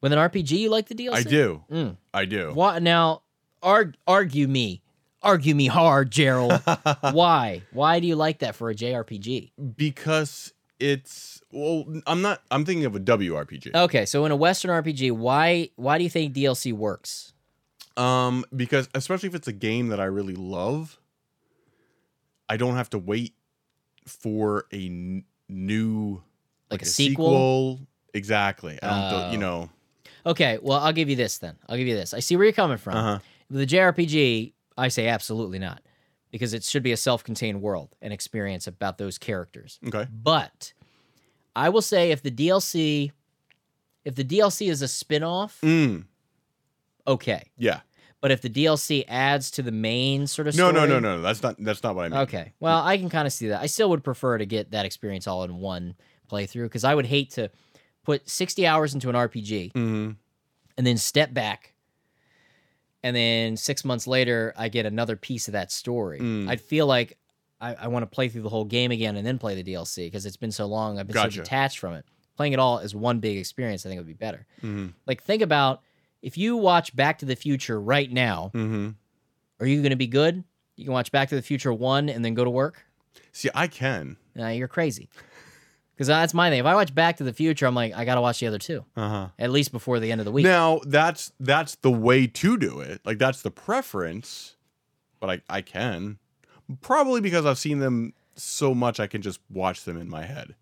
[SPEAKER 1] With an RPG, you like the DLC?
[SPEAKER 2] I do.
[SPEAKER 1] Mm.
[SPEAKER 2] I do.
[SPEAKER 1] Why, now, arg- argue me. Argue me hard, Gerald. *laughs* Why? Why do you like that for a JRPG?
[SPEAKER 2] *laughs* because it's well, I'm not. I'm thinking of a WRPG.
[SPEAKER 1] Okay, so in a Western RPG, why why do you think DLC works?
[SPEAKER 2] Um, because especially if it's a game that I really love, I don't have to wait for a n- new
[SPEAKER 1] Like, a, sequel?
[SPEAKER 2] Exactly. I don't. have to- you
[SPEAKER 1] Oh.
[SPEAKER 2] know.
[SPEAKER 1] Okay, well, I'll give you this then. I'll give you this. I see where you're coming from.
[SPEAKER 2] Uh huh.
[SPEAKER 1] With the JRPG, I say absolutely not, because it should be a self-contained world and experience about those characters.
[SPEAKER 2] Okay.
[SPEAKER 1] But I will say, if the DLC, if the DLC is a spin-off,
[SPEAKER 2] Mm.
[SPEAKER 1] okay.
[SPEAKER 2] Yeah.
[SPEAKER 1] But if the DLC adds to the main sort of
[SPEAKER 2] No.
[SPEAKER 1] story,
[SPEAKER 2] No. No. No. That's not. That's not what I mean.
[SPEAKER 1] Okay. Well, I can kind of see that. I still would prefer to get that experience all in one playthrough because I would hate to put 60 hours into an RPG
[SPEAKER 2] Mm-hmm.
[SPEAKER 1] and then step back. And then six months later, I get another piece of that story.
[SPEAKER 2] Mm.
[SPEAKER 1] I'd feel like I, I want to play through the whole game again and then play the DLC because it's been so long. I've been
[SPEAKER 2] Gotcha.
[SPEAKER 1] so detached from it. Playing it all as one big experience, I think would be better.
[SPEAKER 2] Mm-hmm.
[SPEAKER 1] Like, think about if you watch Back to the Future right now,
[SPEAKER 2] Mm-hmm.
[SPEAKER 1] are you going to be good? You can watch Back to the Future 1 and then go to work?
[SPEAKER 2] See, I can.
[SPEAKER 1] Nah, you're crazy. Because that's my thing. If I watch Back to the Future, I'm like, I gotta watch the other two
[SPEAKER 2] Uh huh.
[SPEAKER 1] at least before the end of the week.
[SPEAKER 2] Now that's that's the way to do it. Like that's the preference, but I I can probably because I've seen them so much I can just watch them in my head.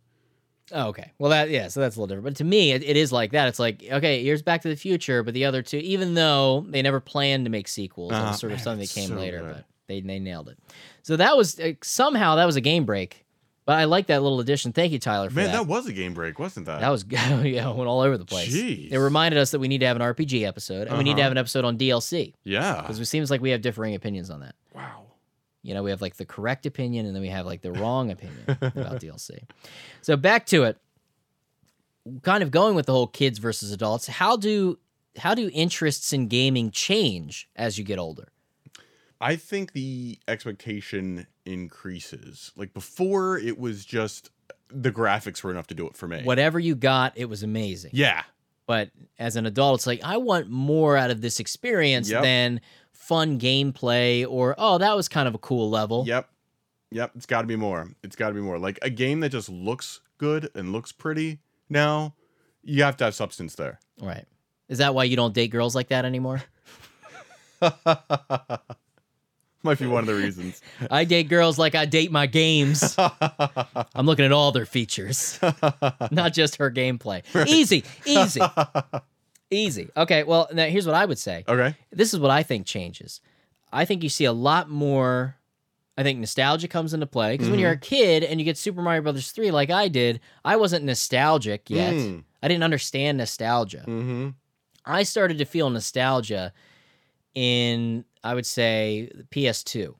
[SPEAKER 1] Oh, okay. Well, that yeah. So that's a little different. But to me, it, it is like that. It's like okay, here's Back to the Future, but the other two, even though they never planned to make sequels, it
[SPEAKER 2] Ah,
[SPEAKER 1] was sort of
[SPEAKER 2] man,
[SPEAKER 1] something that
[SPEAKER 2] it's
[SPEAKER 1] came
[SPEAKER 2] so
[SPEAKER 1] later,
[SPEAKER 2] good.
[SPEAKER 1] but they they nailed it. So that was uh, somehow that was a game break. But I like that little addition. Thank you, Tyler, for
[SPEAKER 2] Man, that.
[SPEAKER 1] that.
[SPEAKER 2] was a game break, wasn't that?
[SPEAKER 1] That was *laughs* yeah, it went all over the place.
[SPEAKER 2] Jeez.
[SPEAKER 1] It reminded us that we need to have an RPG episode and we need to
[SPEAKER 2] Uh-huh.
[SPEAKER 1] have an episode on DLC
[SPEAKER 2] yeah.
[SPEAKER 1] because it seems like we have differing opinions on that.
[SPEAKER 2] Wow.
[SPEAKER 1] You know, we have like the correct opinion and then we have like
[SPEAKER 2] *laughs*
[SPEAKER 1] the wrong opinion about DLC. So back to it. Kind of going with the whole kids versus adults. How do how do interests in gaming change as you get older?
[SPEAKER 2] I think the expectation increases. Like before, it was just the graphics were enough to do it for me.
[SPEAKER 1] Whatever you got, it was amazing.
[SPEAKER 2] Yeah.
[SPEAKER 1] But as an adult, it's like I want more out of this experience
[SPEAKER 2] Yep.
[SPEAKER 1] than fun gameplay or oh, that was kind of a cool level.
[SPEAKER 2] Yep. Yep. It's got to be more. It's got to be more. Like a game that just looks good and looks pretty. Now, you have to have substance there.
[SPEAKER 1] Right. Is that why you don't date girls like that anymore?
[SPEAKER 2] Might be one of the
[SPEAKER 1] *laughs*
[SPEAKER 2] reasons.
[SPEAKER 1] I date girls like I date my
[SPEAKER 2] *laughs*
[SPEAKER 1] games. I'm looking at all their features, *laughs* not just her gameplay. Easy, easy, easy. Okay, well, now here's what I would say.
[SPEAKER 2] okay.
[SPEAKER 1] This is what I think changes. I think you see a lot more. I think nostalgia comes into play because when you're a kid and you get Super Mario Brothers 3 like I did, I wasn't nostalgic yet.
[SPEAKER 2] Mm.
[SPEAKER 1] I didn't understand nostalgia.
[SPEAKER 2] Mm-hmm.
[SPEAKER 1] I started to feel nostalgia in I would say PS2.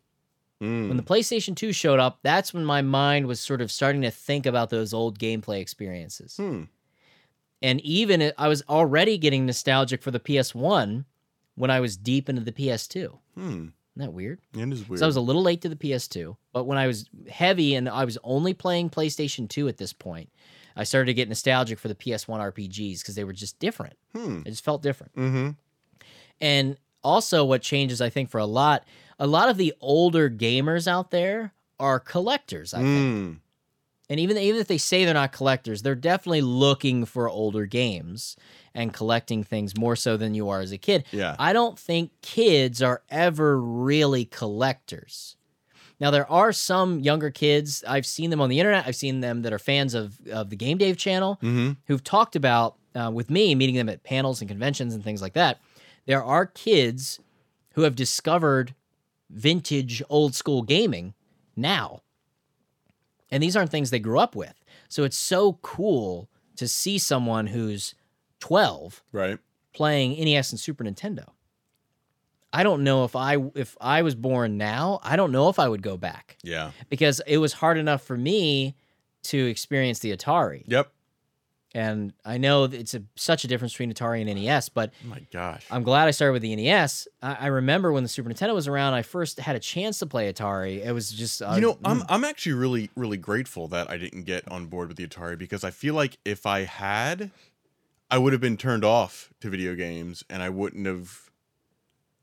[SPEAKER 2] Hmm.
[SPEAKER 1] When the PlayStation 2 showed up, that's when my mind was sort of starting to think about those old gameplay experiences.
[SPEAKER 2] Hmm.
[SPEAKER 1] And even it- I was already getting nostalgic for the PS1 when I was deep into the PS2. Isn't
[SPEAKER 2] Hmm.
[SPEAKER 1] that weird?
[SPEAKER 2] It is weird.
[SPEAKER 1] So I was a little late to the PS2, but when I was heavy and I was only playing PlayStation 2 at this point, I started to get nostalgic for the PS1 RPGs because they were just different.
[SPEAKER 2] hmm.
[SPEAKER 1] It just felt different.
[SPEAKER 2] Mm-hmm.
[SPEAKER 1] And also, what changes, I think, for a lot, a lot of the older gamers out there are collectors, I think.
[SPEAKER 2] Mm.
[SPEAKER 1] And even even if they say they're not collectors, they're definitely looking for older games and collecting things more so than you are as a kid.
[SPEAKER 2] Yeah.
[SPEAKER 1] I don't think kids are ever really collectors. Now there are some younger kids, I've seen them on the internet, I've seen them that are fans of of the Game Dave channel
[SPEAKER 2] Mm-hmm.
[SPEAKER 1] who've talked about uh, with me meeting them at panels and conventions and things like that. There are kids who have discovered vintage old school gaming now. And these aren't things they grew up with. So it's so cool to see someone who's 12
[SPEAKER 2] Hmm. Right.
[SPEAKER 1] playing NES and Super Nintendo. I don't know if I if I was born now, I don't know if I would go back
[SPEAKER 2] Yeah.
[SPEAKER 1] because it was hard enough for me to experience the Atari.
[SPEAKER 2] Yep.
[SPEAKER 1] And I know that it's a, such a difference between Atari and NES, but
[SPEAKER 2] Oh my gosh.
[SPEAKER 1] I'm glad I started with the NES. I, I remember when the Super Nintendo was around, I first had a chance to play Atari. It was just, uh,
[SPEAKER 2] you know, I'm I'm actually really really grateful that I didn't get on board with the Atari because I feel like if I had, I would have been turned off to video games and I wouldn't have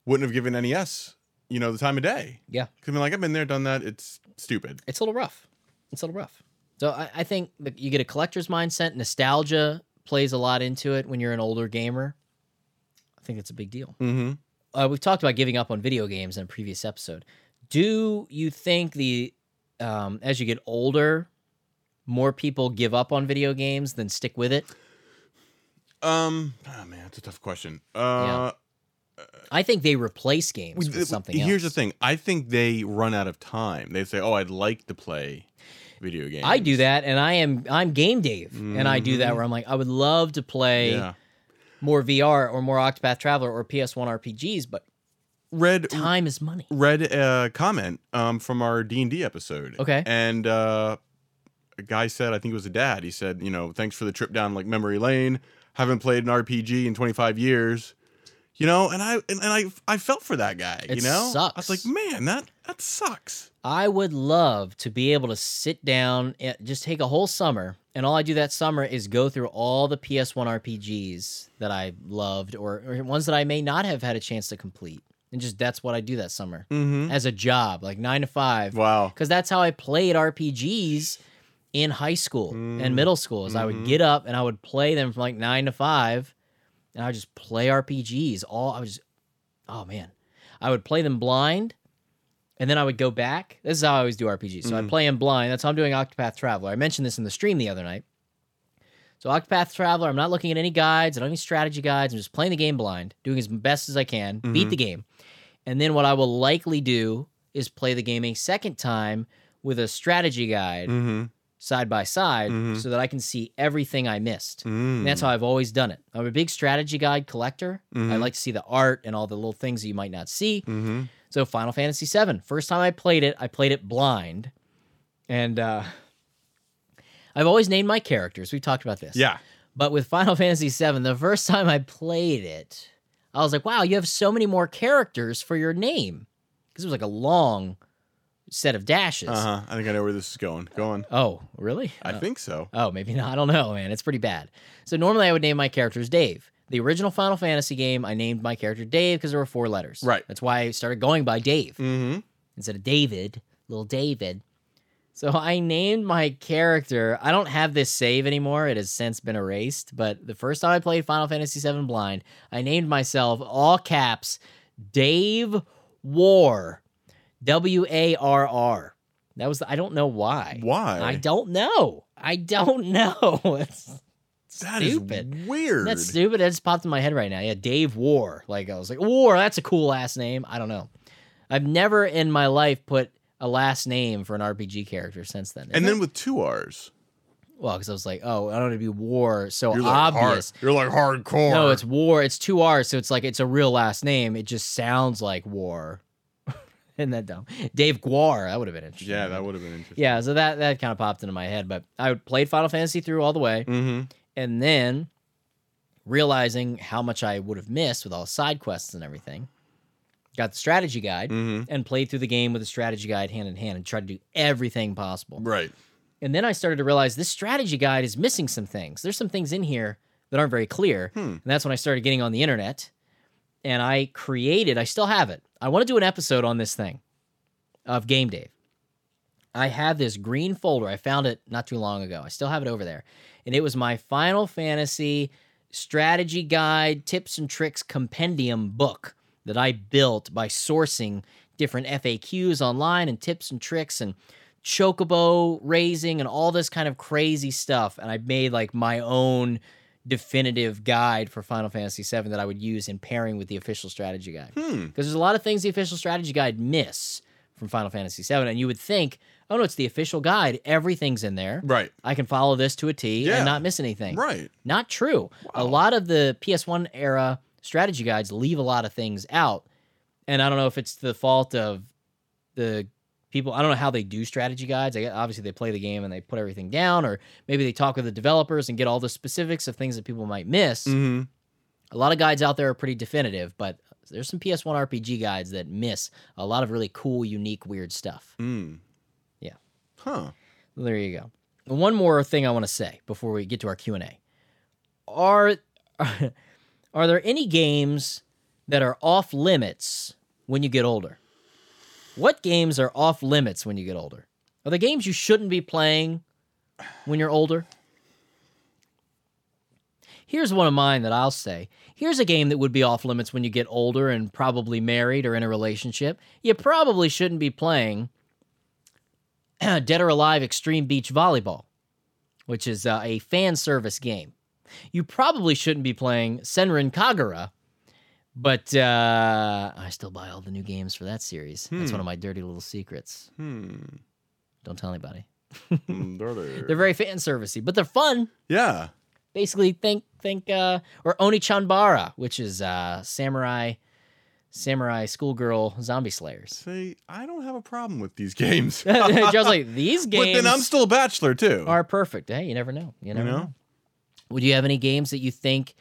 [SPEAKER 2] wouldn't have given NES, you know, the time of day.
[SPEAKER 1] yeah,
[SPEAKER 2] Cuz I mean like I've been there done that, it's stupid.
[SPEAKER 1] it's a little rough. It's a little rough. So I, I think that you get a collector's mindset. Nostalgia plays a lot into it when you're an older gamer. I think that's a big deal.
[SPEAKER 2] Mhm.
[SPEAKER 1] uh, we've talked about giving up on video games in a previous episode. Do you think the um, as you get older, more people give up on video games than stick with it?
[SPEAKER 2] Um, oh man, it's a tough question. Uh
[SPEAKER 1] I think they replace games
[SPEAKER 2] we-
[SPEAKER 1] with something
[SPEAKER 2] Here's the
[SPEAKER 1] else.
[SPEAKER 2] thing. I think they run out of time. They say, "Oh, I'd like to play video games."
[SPEAKER 1] I do that, and I am I'm game Dave, and I do that
[SPEAKER 2] Mhm.
[SPEAKER 1] where I'm like, I would love to play
[SPEAKER 2] Yeah.
[SPEAKER 1] more VR or more Octopath Traveler or PS1 RPGs, but
[SPEAKER 2] Red
[SPEAKER 1] time is money.
[SPEAKER 2] read a comment um, from our D and D episode.
[SPEAKER 1] Okay.
[SPEAKER 2] and uh, a guy said, I think it was a dad. He said, you know, thanks for the trip down like memory lane. Haven't played an RPG in 25 years. You know, and I and, and I I felt for that guy.
[SPEAKER 1] It
[SPEAKER 2] you know,
[SPEAKER 1] sucks.
[SPEAKER 2] I was like, man, that that sucks.
[SPEAKER 1] I would love to be able to sit down and just take a whole summer, and all I do that summer is go through all the PS1 RPGs that I loved or, or ones that I may not have had a chance to complete. And just that's what I do that summer
[SPEAKER 2] Mm-hmm.
[SPEAKER 1] as a job, like nine to five.
[SPEAKER 2] Wow.
[SPEAKER 1] Because that's how I played RPGs in high school and
[SPEAKER 2] Mm.
[SPEAKER 1] middle school. Is I would
[SPEAKER 2] Mhm.
[SPEAKER 1] get up and I would play them from like nine to five, and I would just play RPGs. All I was, just, oh man, I would play them blind, and then I would go back. This is how I always do RPGs. So I
[SPEAKER 2] Mm.
[SPEAKER 1] play them blind. That's how I'm doing Octopath Traveler. I mentioned this in the stream the other night. So Octopath Traveler, I'm not looking at any guides, I don't need strategy guides. I'm just playing the game blind, doing as best as I can, beat
[SPEAKER 2] Mhm.
[SPEAKER 1] the game. And then what I will likely do is play the game a second time with a strategy guide
[SPEAKER 2] Mm-hmm.
[SPEAKER 1] side by side
[SPEAKER 2] Mhm.
[SPEAKER 1] so that I can see everything I missed.
[SPEAKER 2] Mm.
[SPEAKER 1] And that's how I've always done it. I'm a big strategy guide collector. I
[SPEAKER 2] Mhm.
[SPEAKER 1] like to see the art and all the little things that you might not see.
[SPEAKER 2] Mm-hmm.
[SPEAKER 1] So Final Fantasy VII, first time I played it, I played it blind, and uh, I've always named my characters. We've talked about this,
[SPEAKER 2] Yeah.
[SPEAKER 1] But with Final *laughs* Fantasy VII, the first time I played it, I was like, "Wow, you have so many more characters for your name," because it was like a long set of dashes.
[SPEAKER 2] Uh huh. I think I know where this is going. Go on.
[SPEAKER 1] Oh, really?
[SPEAKER 2] I think so.
[SPEAKER 1] Oh, maybe not. I don't know, man. It's pretty bad. So normally I would name my characters Dave. The original Final Fantasy game, I named my character Dave because there were four letters.
[SPEAKER 2] Right.
[SPEAKER 1] That's why I started going by Dave
[SPEAKER 2] Mm-hmm.
[SPEAKER 1] instead of David, little David. So *laughs* I named my character. I don't have this save anymore. It has since been erased. But the first time I played Final Fantasy VII Blind, I named myself all caps Dave War. W A R R. That was the, I don't know why.
[SPEAKER 2] Why?
[SPEAKER 1] I don't know. I don't *laughs* know. It's
[SPEAKER 2] That is
[SPEAKER 1] stupid.
[SPEAKER 2] weird.
[SPEAKER 1] That's stupid. That just popped in my head right now. Yeah, Dave War. Like I was like, War. That's a cool last name. I don't know. I've never in my life put a last name for an RPG character since then.
[SPEAKER 2] and
[SPEAKER 1] Isn't
[SPEAKER 2] then with two R's.
[SPEAKER 1] it? well, because I was like, oh, I don't want to be War. So
[SPEAKER 2] You're like hard,
[SPEAKER 1] obvious.
[SPEAKER 2] You're like hardcore.
[SPEAKER 1] No, it's War. It's two R's. So it's like it's a real last name. It just sounds like War. *laughs* Isn't that dumb? Dave Guar. That would have been interesting.
[SPEAKER 2] yeah, that would have been interesting.
[SPEAKER 1] Yeah, so that that kind of popped into my head, but I played Final Fantasy through all the way,
[SPEAKER 2] Mm-hmm.
[SPEAKER 1] and then realizing how much I would have missed with all the side quests and everything, got the strategy guide
[SPEAKER 2] Mm-hmm.
[SPEAKER 1] and played through the game with the strategy guide hand in hand and tried to do everything possible.
[SPEAKER 2] Right.
[SPEAKER 1] And then I started to realize this strategy guide is missing some things. There's some things in here that aren't very clear.
[SPEAKER 2] Hmm.
[SPEAKER 1] And that's when I started getting on the internet and I created, I still have it. I want to do an episode on this thing of Game Dave. I have this green folder. I found it not too long ago. I still have it over there. And it was my Final Fantasy strategy guide, tips and tricks compendium book that I built by sourcing different FAQs online and tips and tricks and chocobo raising and all this kind of crazy stuff. And I made like my own definitive guide for Final Fantasy VII that I would use in pairing with the official strategy guide
[SPEAKER 2] Hmm.
[SPEAKER 1] because there's a lot of things the official strategy guide miss from Final Fantasy VII, and you would think, oh no, it's the official guide, everything's in there.
[SPEAKER 2] Right.
[SPEAKER 1] I can follow this to a T
[SPEAKER 2] Yeah.
[SPEAKER 1] and not miss anything.
[SPEAKER 2] Right.
[SPEAKER 1] Not true. A
[SPEAKER 2] Wow.
[SPEAKER 1] lot of the PS1 era strategy guides leave a lot of things out, and I don't know if it's the fault of the people. I don't know how they do strategy guides. I, obviously, they play the game and they put everything down, or maybe they talk with the developers and get all the specifics of things that people might miss.
[SPEAKER 2] Mm-hmm.
[SPEAKER 1] A lot of guides out there are pretty definitive, but there's some PS1 RPG guides that miss a lot of really cool, unique, weird stuff.
[SPEAKER 2] Mm.
[SPEAKER 1] Yeah.
[SPEAKER 2] Huh.
[SPEAKER 1] There you go. And One more thing I want to say before we get to our Q&A. Are *laughs* are there any games that are off limits when you get older? What games are off limits when you get older? Are there games you shouldn't be playing when you're older? Here's one of mine that I'll say. Here's a game that would be off limits when you get older and probably married or in a relationship. You probably shouldn't be playing *clears throat* Dead or Alive Extreme Beach Volleyball, which is uh, a fan service game. You probably shouldn't be playing Senran Kagura, but uh, I still buy all the new games for that series. That's
[SPEAKER 2] Hmm.
[SPEAKER 1] one of my dirty little secrets.
[SPEAKER 2] Hmm.
[SPEAKER 1] Don't tell anybody.
[SPEAKER 2] Mm, they're there.
[SPEAKER 1] *laughs* They're very fan servicey, but they're fun.
[SPEAKER 2] yeah.
[SPEAKER 1] Basically, think think uh, or Oni Chanbara, which is uh, samurai samurai schoolgirl zombie slayers. *laughs*
[SPEAKER 2] Say I don't have a problem with these games. *laughs*
[SPEAKER 1] Joe's like these
[SPEAKER 2] but
[SPEAKER 1] games.
[SPEAKER 2] then I'm still a bachelor too.
[SPEAKER 1] are perfect. Hey, you never know. You never know.
[SPEAKER 2] know?
[SPEAKER 1] Would you have any games that you think?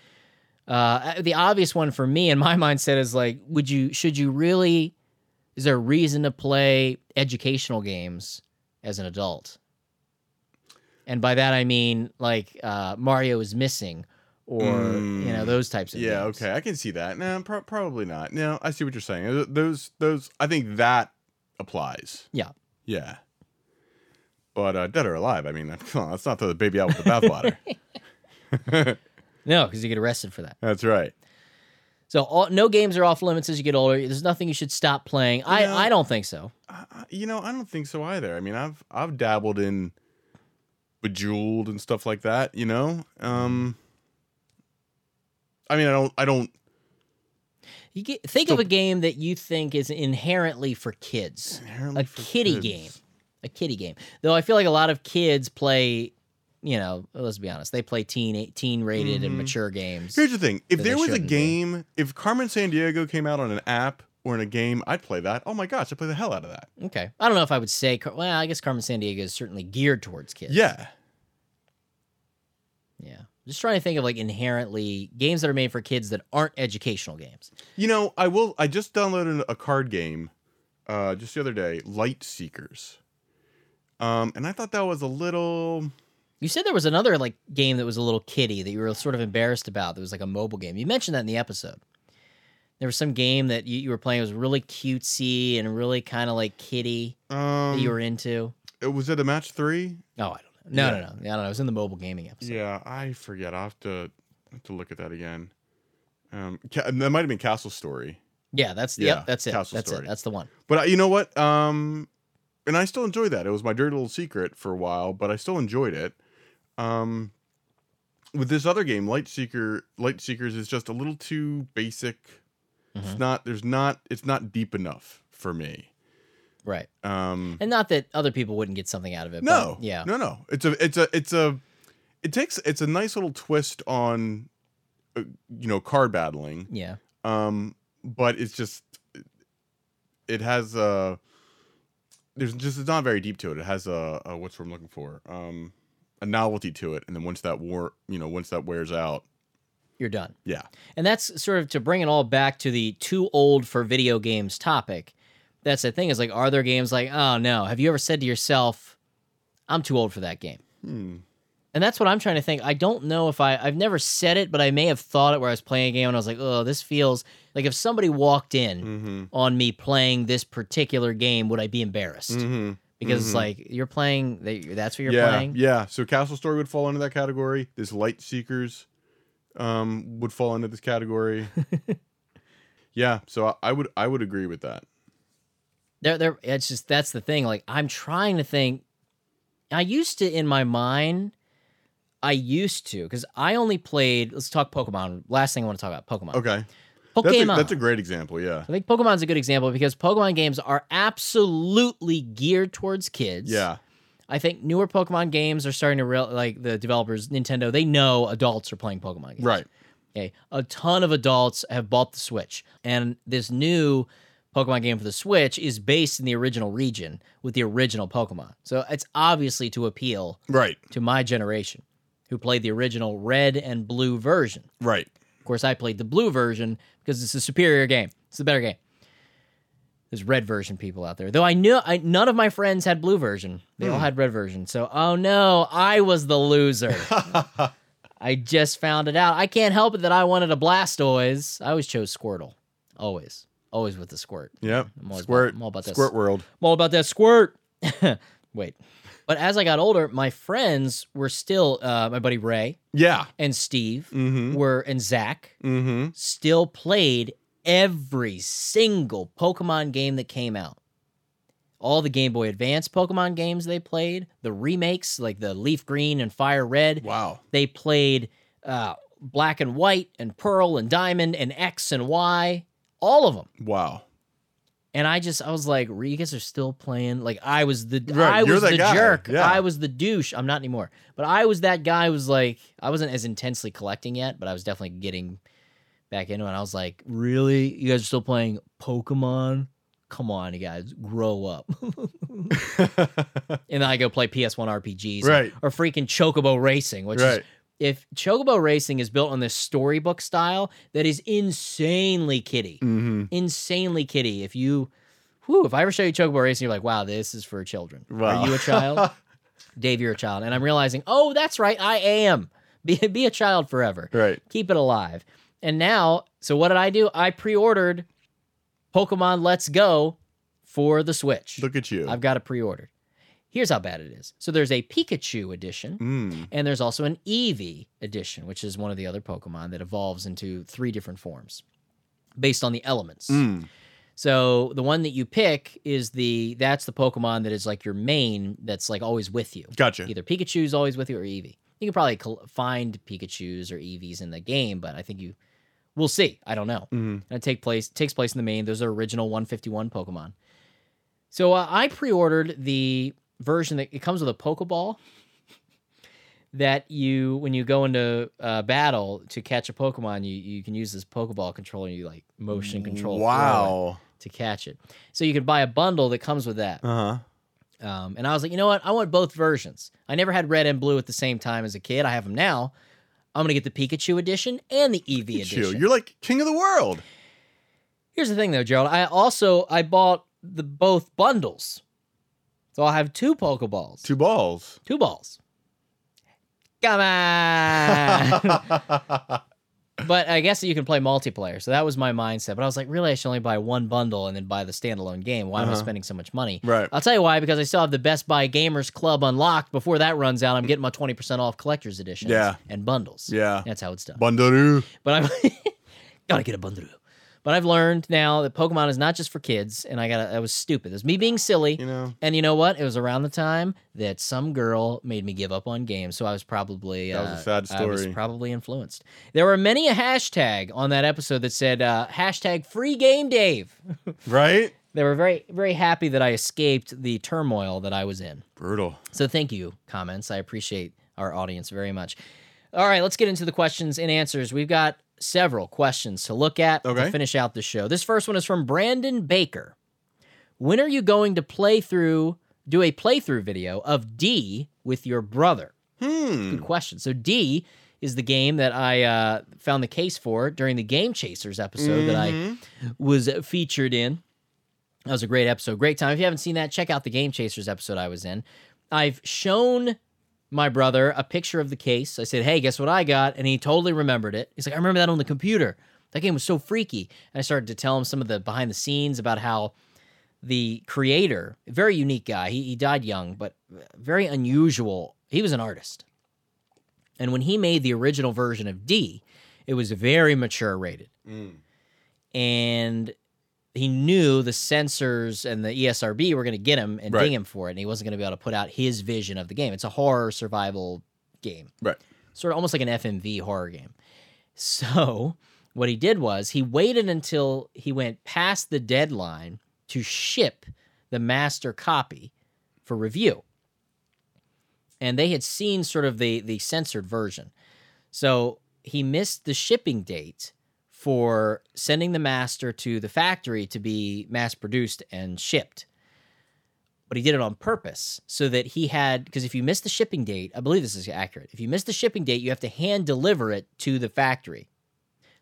[SPEAKER 1] Uh, the obvious one for me in my *laughs* mindset is like, would you? Should you really? Is there a reason to play educational games as an adult? And by that I mean like uh, Mario is missing, or you know
[SPEAKER 2] Mm.
[SPEAKER 1] those types of
[SPEAKER 2] yeah.
[SPEAKER 1] games.
[SPEAKER 2] Okay. I can see that. No, pro- probably not. No, I see what you're saying. Th- Those, those. I think that applies.
[SPEAKER 1] Yeah.
[SPEAKER 2] Yeah. But uh, dead or alive, I mean, *laughs* come on, let's not throw the baby out with the
[SPEAKER 1] *laughs*
[SPEAKER 2] bathwater.
[SPEAKER 1] No, because you get arrested for that.
[SPEAKER 2] That's right.
[SPEAKER 1] So all, no games are off limits as you get older. There's nothing you should stop playing. I
[SPEAKER 2] No.
[SPEAKER 1] I don't think so.
[SPEAKER 2] I, I- you know, I don't think so either. I mean, I've I've dabbled in Bejeweled and stuff like that. You know, um, I mean, I don't, I don't.
[SPEAKER 1] You get, think
[SPEAKER 2] So-
[SPEAKER 1] of a game that you think is inherently for kids,
[SPEAKER 2] Apparently for
[SPEAKER 1] kiddie
[SPEAKER 2] kids.
[SPEAKER 1] game. a kiddie game. Though I feel like a lot of kids play, you know, let's be honest, they play teen teen rated and
[SPEAKER 2] Mhm.
[SPEAKER 1] mature games.
[SPEAKER 2] Here's the thing:
[SPEAKER 1] Then
[SPEAKER 2] if
[SPEAKER 1] they
[SPEAKER 2] there was a
[SPEAKER 1] shouldn't be.
[SPEAKER 2] game, if Carmen San Diego came out on an app or in a game, I'd play that. Oh my gosh, I'd play the hell out of that.
[SPEAKER 1] Okay, I don't know if I would say. Car- Well, I guess Carmen Sandiego is certainly geared towards kids.
[SPEAKER 2] Yeah,
[SPEAKER 1] yeah. Just trying to think of like inherently games that are made for kids that aren't educational games.
[SPEAKER 2] you know, I will. I just downloaded a card game uh, just the other day, Light Seekers, um, and I thought that was a little. um,
[SPEAKER 1] You said there was another like game that was a little kiddie that you were sort of embarrassed about. That was like a mobile game. You mentioned that in the episode. There was some game that you, you were playing that was really cutesy and really kind of like kiddie
[SPEAKER 2] Um,
[SPEAKER 1] that you were into.
[SPEAKER 2] Oh, was it a match three?
[SPEAKER 1] Oh, I don't know. No,
[SPEAKER 2] Yeah.
[SPEAKER 1] no, no. I don't know. It was in the mobile gaming episode.
[SPEAKER 2] Yeah, I forget. I have to I have to look at that again. Um, ca- that might have been Castle Story.
[SPEAKER 1] Yeah, that's the
[SPEAKER 2] Yeah,
[SPEAKER 1] yep, that's it.
[SPEAKER 2] Castle
[SPEAKER 1] that's
[SPEAKER 2] Story.
[SPEAKER 1] it. That's the one.
[SPEAKER 2] But I, you know what? Um, and I still enjoy that. It was my dirty little secret for a while, but I still enjoyed it. Um, with this other game, Light Seeker, Light Seekers is just a little too basic. It's
[SPEAKER 1] Mhm.
[SPEAKER 2] not. There's not. It's not deep enough for me.
[SPEAKER 1] Right.
[SPEAKER 2] Um,
[SPEAKER 1] And not that other people wouldn't get something out of it.
[SPEAKER 2] no.
[SPEAKER 1] But yeah.
[SPEAKER 2] No. No. It's a. It's a. It's a. It takes. It's a nice little twist on, uh, you know, card battling.
[SPEAKER 1] Yeah.
[SPEAKER 2] um but it's just it has a there's just it's not very deep to it it has a, a what's what i'm looking for um a novelty to it and then once that war you know once that wears out
[SPEAKER 1] You're done.
[SPEAKER 2] yeah
[SPEAKER 1] And that's sort of to bring it all back to the too old for video games topic. That's the thing is like, are there games like, oh no, have you ever said to yourself, I'm too old for that game?
[SPEAKER 2] hmm.
[SPEAKER 1] And that's what I'm trying to think. I don't know if I, I've never said it, but I may have thought it where I was playing a game and I was like, oh, this feels like if somebody walked in
[SPEAKER 2] mm-hmm
[SPEAKER 1] on me playing this particular game, would I be embarrassed?
[SPEAKER 2] mm-hmm
[SPEAKER 1] Because
[SPEAKER 2] mhm.
[SPEAKER 1] it's like, you're playing, they, that's what you're
[SPEAKER 2] yeah
[SPEAKER 1] playing.
[SPEAKER 2] yeah so castle story would fall into that category this light seekers um would fall into
[SPEAKER 1] *laughs*
[SPEAKER 2] this category yeah so I, I would i would agree with that
[SPEAKER 1] There, there. It's just that's the thing. Like I'm trying to think. I used to in my mind. I used to because I only played. Let's talk Pokemon. Last thing I want to talk about Pokemon.
[SPEAKER 2] okay that's, a,
[SPEAKER 1] Pokemon.
[SPEAKER 2] that's a great example yeah
[SPEAKER 1] I think Pokemon's a good example because Pokemon games are absolutely geared towards kids.
[SPEAKER 2] yeah
[SPEAKER 1] I think newer Pokemon games are starting to real like the developers, Nintendo. They know adults are playing Pokemon games.
[SPEAKER 2] right
[SPEAKER 1] Okay. A ton of adults have bought the Switch. And this new Pokemon game for the Switch is based in the original region with the original Pokemon. So it's obviously to appeal
[SPEAKER 2] right
[SPEAKER 1] to my generation who played the original red and blue version. *laughs*
[SPEAKER 2] right
[SPEAKER 1] Of course, I played the blue version because it's a superior game. It's the better game. There's red version people out there. Though I knew I, none of my friends had blue version. They all had red version. So, oh no, I was the loser. I just found it out. I can't help it that I wanted a Blastoise. I always chose Squirtle. Always. Always with the squirt.
[SPEAKER 2] Yep.
[SPEAKER 1] I'm all about-
[SPEAKER 2] Squirt.
[SPEAKER 1] I'm all about this.
[SPEAKER 2] Squirt world.
[SPEAKER 1] I'm all about that squirt. *laughs* Wait. But as I got older, my friends were still, uh, my buddy Ray
[SPEAKER 2] Yeah.
[SPEAKER 1] and Steve
[SPEAKER 2] Mm-hmm.
[SPEAKER 1] were, and Zach
[SPEAKER 2] Mm-hmm.
[SPEAKER 1] still played every single Pokemon game that came out. All the Game Boy Advance Pokemon games they played, the remakes like the Leaf Green and Fire Red,
[SPEAKER 2] Wow.
[SPEAKER 1] they played uh, Black and White and Pearl and Diamond and X and Y, all of them. *laughs*
[SPEAKER 2] Wow.
[SPEAKER 1] And I just I was like, "Re- you guys are still playing. Like I was the
[SPEAKER 2] Right,
[SPEAKER 1] I
[SPEAKER 2] you're
[SPEAKER 1] was
[SPEAKER 2] that
[SPEAKER 1] the
[SPEAKER 2] guy,
[SPEAKER 1] jerk.
[SPEAKER 2] yeah.
[SPEAKER 1] I was the douche. I'm not anymore. But I was that guy who was like I wasn't as intensely collecting yet, but I was definitely getting back into it. And I was like, really? You guys are still playing Pokemon? Come on, you guys, grow up. *laughs* and then I go play PS1 RPGs or-
[SPEAKER 2] Right.
[SPEAKER 1] or, freaking Chocobo Racing, which is
[SPEAKER 2] right.
[SPEAKER 1] if Chocobo Racing is built on this storybook style that is insanely kiddie,
[SPEAKER 2] Mm-hmm.
[SPEAKER 1] insanely kiddie. If you, whew, if I ever show you Chocobo Racing, you're like, wow, this is for children.
[SPEAKER 2] Wow.
[SPEAKER 1] Are you a child? Dave, you're a child. And I'm realizing, oh, that's right, I am. *laughs* Be, be a child forever.
[SPEAKER 2] Right.
[SPEAKER 1] Keep it alive. And now, so what did I do? I pre ordered Pokemon Let's Go for the Switch.
[SPEAKER 2] Look at you.
[SPEAKER 1] I've got it pre ordered. Here's how bad it is. So there's a Pikachu edition.
[SPEAKER 2] Mm.
[SPEAKER 1] And there's also an Eevee edition, which is one of the other Pokemon that evolves into three different forms based on the elements.
[SPEAKER 2] Mm.
[SPEAKER 1] So the one that you pick is the that's the Pokemon that is like your main that's like always with you.
[SPEAKER 2] Gotcha.
[SPEAKER 1] Either Pikachu's always with you or Eevee. You can probably col- find Pikachu's or Eevees in the game, but I think you we'll see. I don't know.
[SPEAKER 2] Mm.
[SPEAKER 1] And it take place takes place in the main. Those are original 151 Pokemon. So uh, I pre-ordered the version that it comes with a Pokeball that you when you go into uh, battle to catch a Pokemon, you you can use this Pokeball controller. You like motion control. throw it
[SPEAKER 2] Wow.
[SPEAKER 1] To catch it, so you can buy a bundle that comes with that.
[SPEAKER 2] Uh-huh.
[SPEAKER 1] Um, and I was like, you know what? I want both versions. I never had red and blue at the same time as a kid. I have them now. I'm gonna get the Pikachu edition and the Eevee
[SPEAKER 2] Look at you.
[SPEAKER 1] edition.
[SPEAKER 2] You're like king of the world.
[SPEAKER 1] Here's the thing though, Gerald. I also I bought the both bundles. So I'll have two Pokeballs.
[SPEAKER 2] Two balls.
[SPEAKER 1] two balls. Come
[SPEAKER 2] *laughs*
[SPEAKER 1] on. Ah. but I guess that you can play multiplayer. So that was my mindset. But I was like, really, I should only buy one bundle and then buy the standalone game. Why am I
[SPEAKER 2] Uh-huh.
[SPEAKER 1] spending so much money?
[SPEAKER 2] right.
[SPEAKER 1] I'll tell you why, because I still have the Best Buy Gamers Club unlocked. Before that runs out, I'm getting my 20% off collector's editions
[SPEAKER 2] Yeah.
[SPEAKER 1] and bundles.
[SPEAKER 2] Yeah.
[SPEAKER 1] That's how it's done. *laughs*
[SPEAKER 2] Bundaroo.
[SPEAKER 1] But I'm gotta get a bundle. But I've learned now that Pokemon is not just for kids, and I got I was stupid. It was me being silly.
[SPEAKER 2] You know,
[SPEAKER 1] And you know what? It was around the time that some girl made me give up on games, so I was probably
[SPEAKER 2] That was a
[SPEAKER 1] uh,
[SPEAKER 2] sad
[SPEAKER 1] I was
[SPEAKER 2] story.
[SPEAKER 1] probably influenced. There were many a hashtag on that episode that said uh, hashtag Free Game Dave. *laughs*
[SPEAKER 2] right?
[SPEAKER 1] They were very very happy that I escaped the turmoil that I was in.
[SPEAKER 2] Brutal.
[SPEAKER 1] So thank you, comments. I appreciate our audience very much. All right, let's get into the questions and answers. We've got several questions to look at to
[SPEAKER 2] Okay.
[SPEAKER 1] finish out the show. This first one is from Brandon Baker. When are you going to play through, do a playthrough video of D with your brother?
[SPEAKER 2] Hmm.
[SPEAKER 1] Good question. So D is the game that I uh, found the case for during the Game Chasers episode that I
[SPEAKER 2] Mhm.
[SPEAKER 1] was featured in. That was a great episode. Great time. If you haven't seen that, check out the Game Chasers episode I was in. I've shown my brother a picture of the case. I said, Hey, guess what I got? And he totally remembered it. He's like, I remember that on the computer. That game was so freaky. And I started to tell him some of the behind the scenes about how the creator, very unique guy, he, he died young, but very unusual. He was an artist. And when he made the original version of D, it was very mature rated
[SPEAKER 2] Mm.
[SPEAKER 1] and he knew the censors and the E ESRB were going to get him and
[SPEAKER 2] Right.
[SPEAKER 1] ding him for it, and he wasn't going to be able to put out his vision of the game. It's a horror survival game,
[SPEAKER 2] Right.
[SPEAKER 1] sort of almost like an FMV horror game. So *laughs* what he did was he waited until he went past the deadline to ship the master copy for review. And they had seen sort of the the censored version. So he missed the shipping date for sending the master to the factory to be mass produced and shipped. But he did it on purpose so that he had, because if you miss the shipping date, I believe this is accurate. If you miss the shipping date, you have to hand deliver it to the factory.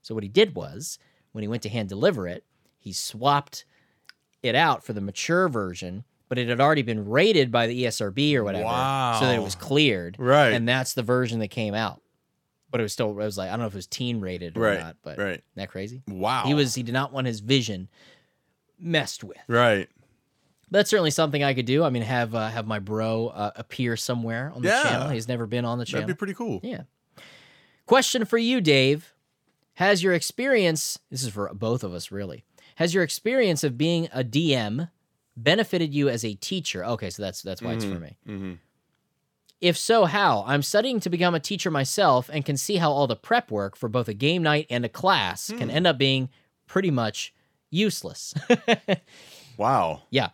[SPEAKER 1] So what he did was, when he went to hand deliver it, he swapped it out for the mature version, but it had already been rated by the E ESRB or whatever. So that it
[SPEAKER 2] Wow.
[SPEAKER 1] was cleared
[SPEAKER 2] Right.
[SPEAKER 1] and that's the version that came out. But it was still, it was like, I don't know if it was teen rated or
[SPEAKER 2] Right,
[SPEAKER 1] not, but
[SPEAKER 2] right.
[SPEAKER 1] isn't that crazy?
[SPEAKER 2] Wow.
[SPEAKER 1] He was, he did not want his vision messed with.
[SPEAKER 2] right.
[SPEAKER 1] That's certainly something I could do. I mean, have uh, have my bro uh, appear somewhere on the
[SPEAKER 2] Yeah.
[SPEAKER 1] channel. He's never been on the channel.
[SPEAKER 2] That'd be pretty cool.
[SPEAKER 1] Yeah. Question for you, Dave. Has your experience, this is for both of us really, has your experience of being a DM benefited you as a teacher? Okay, so that's that's why it's for me.
[SPEAKER 2] hmm
[SPEAKER 1] If so, how? I'm studying to become a teacher myself and can see how all the prep work for both a game night and a class can end up being pretty much useless. *laughs*
[SPEAKER 2] Wow.
[SPEAKER 1] yeah.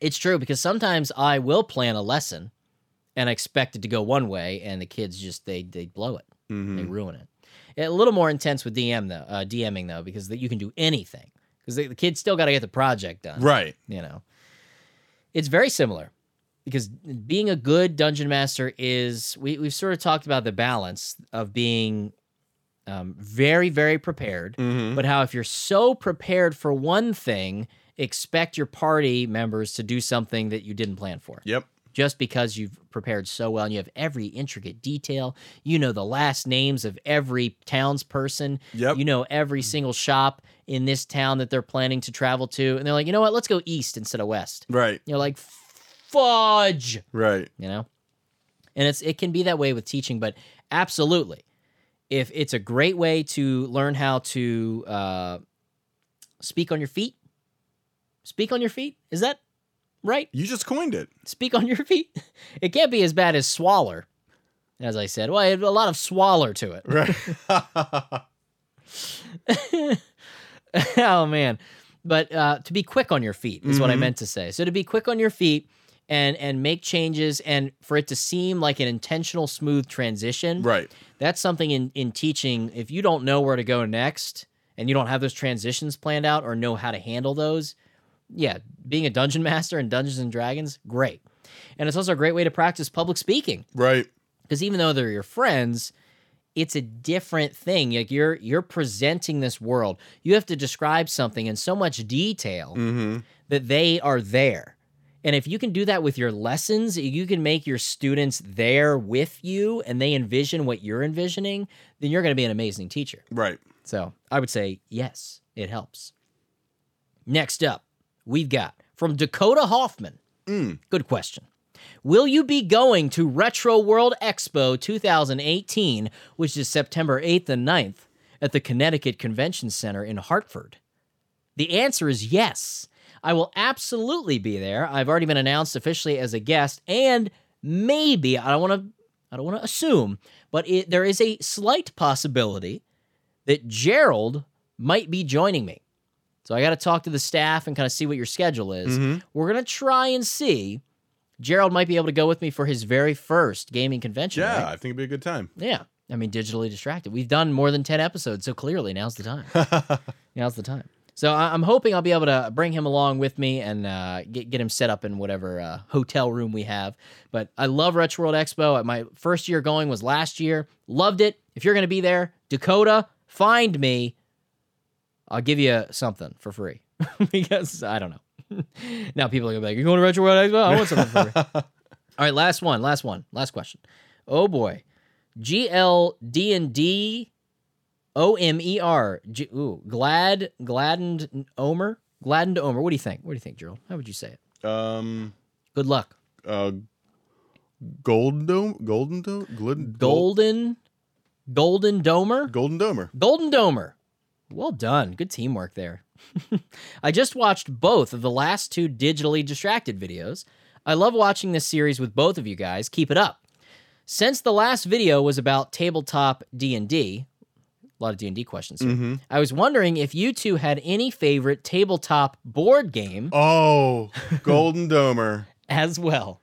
[SPEAKER 1] It's true because sometimes I will plan a lesson and expect it to go one way and the kids just they they blow it.
[SPEAKER 2] Mhm.
[SPEAKER 1] They ruin it. A little more intense with DM though, uh, DMing though because that you can do anything because the, the kids still got to get the project done
[SPEAKER 2] Right.
[SPEAKER 1] you know it's very similar because being a good dungeon master is we, we've sort of talked about the balance of being um, very very prepared
[SPEAKER 2] hmm
[SPEAKER 1] but how if you're so prepared for one thing expect your party members to do something that you didn't plan for
[SPEAKER 2] Yep.
[SPEAKER 1] just because you've prepared so well and you have every intricate detail you know the last names of every townsperson
[SPEAKER 2] Yep.
[SPEAKER 1] you know every single shop in this town that they're planning to travel to and they're like you know what let's go east instead of west
[SPEAKER 2] right.
[SPEAKER 1] you're like fudge
[SPEAKER 2] Right.
[SPEAKER 1] you know and it's it can be that way with teaching but absolutely if it's a great way to learn how to uh, speak on your feet speak on your feet is that right
[SPEAKER 2] You just coined it.
[SPEAKER 1] speak on your feet *laughs* it can't be as bad as swaller as i said well it had a lot of swaller to it
[SPEAKER 2] Right.
[SPEAKER 1] *laughs* oh man but uh, to be quick on your feet is what i
[SPEAKER 2] Mhm.
[SPEAKER 1] meant to say so to be quick on your feet and and make changes and for it to seem like an intentional smooth transition
[SPEAKER 2] *laughs* right.
[SPEAKER 1] that's something in in teaching if you don't know where to go next and you don't have those transitions planned out or know how to handle those yeah being a dungeon *laughs* master in dungeons and dragons great and it's also a great way to practice public speaking
[SPEAKER 2] Right.
[SPEAKER 1] because even though they're your friends it's a different thing like you're you're presenting this world you have to describe something in so much detail
[SPEAKER 2] hmm
[SPEAKER 1] that they are there and if you can do that with your lessons you can make your students there with you and they envision what you're envisioning then you're going to be an amazing teacher
[SPEAKER 2] Right.
[SPEAKER 1] so I would say yes, it helps. Next up, we've got from Dakota Hoffman.
[SPEAKER 2] Mm.
[SPEAKER 1] Good question. Will you be going to Retro World Expo 2018, which is September 8th and 9th? at the Connecticut Convention Center in Hartford? The answer is yes. I will absolutely be there. I've already been announced officially as a guest, and maybe I don't want to. I don't want to assume, but it, there is a slight possibility that Gerald might be joining me. So I got to talk to the staff and kind of see what your schedule is.
[SPEAKER 2] Mhm.
[SPEAKER 1] We're gonna try and see. Gerald might be able to go with me for his very first gaming convention.
[SPEAKER 2] Yeah,
[SPEAKER 1] right?
[SPEAKER 2] I think it'd be a good *laughs* time.
[SPEAKER 1] yeah. I mean, digitally distracted. We've done more than ten episodes, so clearly now's the time. now's the time. So I- I'm hoping I'll be able to bring him along with me and uh, get get him set up in whatever uh, hotel room we have. But I love Retro World Expo. Uh, My first year going was last year. Loved it. If you're gonna be there, Dakota, find me. I'll give you something for free *laughs* because I don't know. *laughs* now people are gonna be like, "You going to Retro World Expo? I want something for free." All right, last one, last one, last question. Oh boy, G L D and D O M E R. G- Ooh, glad gladdened Omer, gladdened Omer. What do you think? What do you think, Gerald? How would you say it?
[SPEAKER 2] *laughs* um,
[SPEAKER 1] Good luck.
[SPEAKER 2] uh, Golden Dome, Golden Dome, Golden,
[SPEAKER 1] Golden, golden Domer.
[SPEAKER 2] Golden Domer.
[SPEAKER 1] Golden Domer. Well done. Good teamwork there. *laughs* I just watched both of the last two digitally distracted videos. I love watching this series with both of you guys. Keep it up. Since the last video was about tabletop D&D, a lot of D&D questions here.
[SPEAKER 2] Mm-hmm.
[SPEAKER 1] I was wondering if you two had any favorite tabletop board game
[SPEAKER 2] Oh, Golden Domer.
[SPEAKER 1] as well.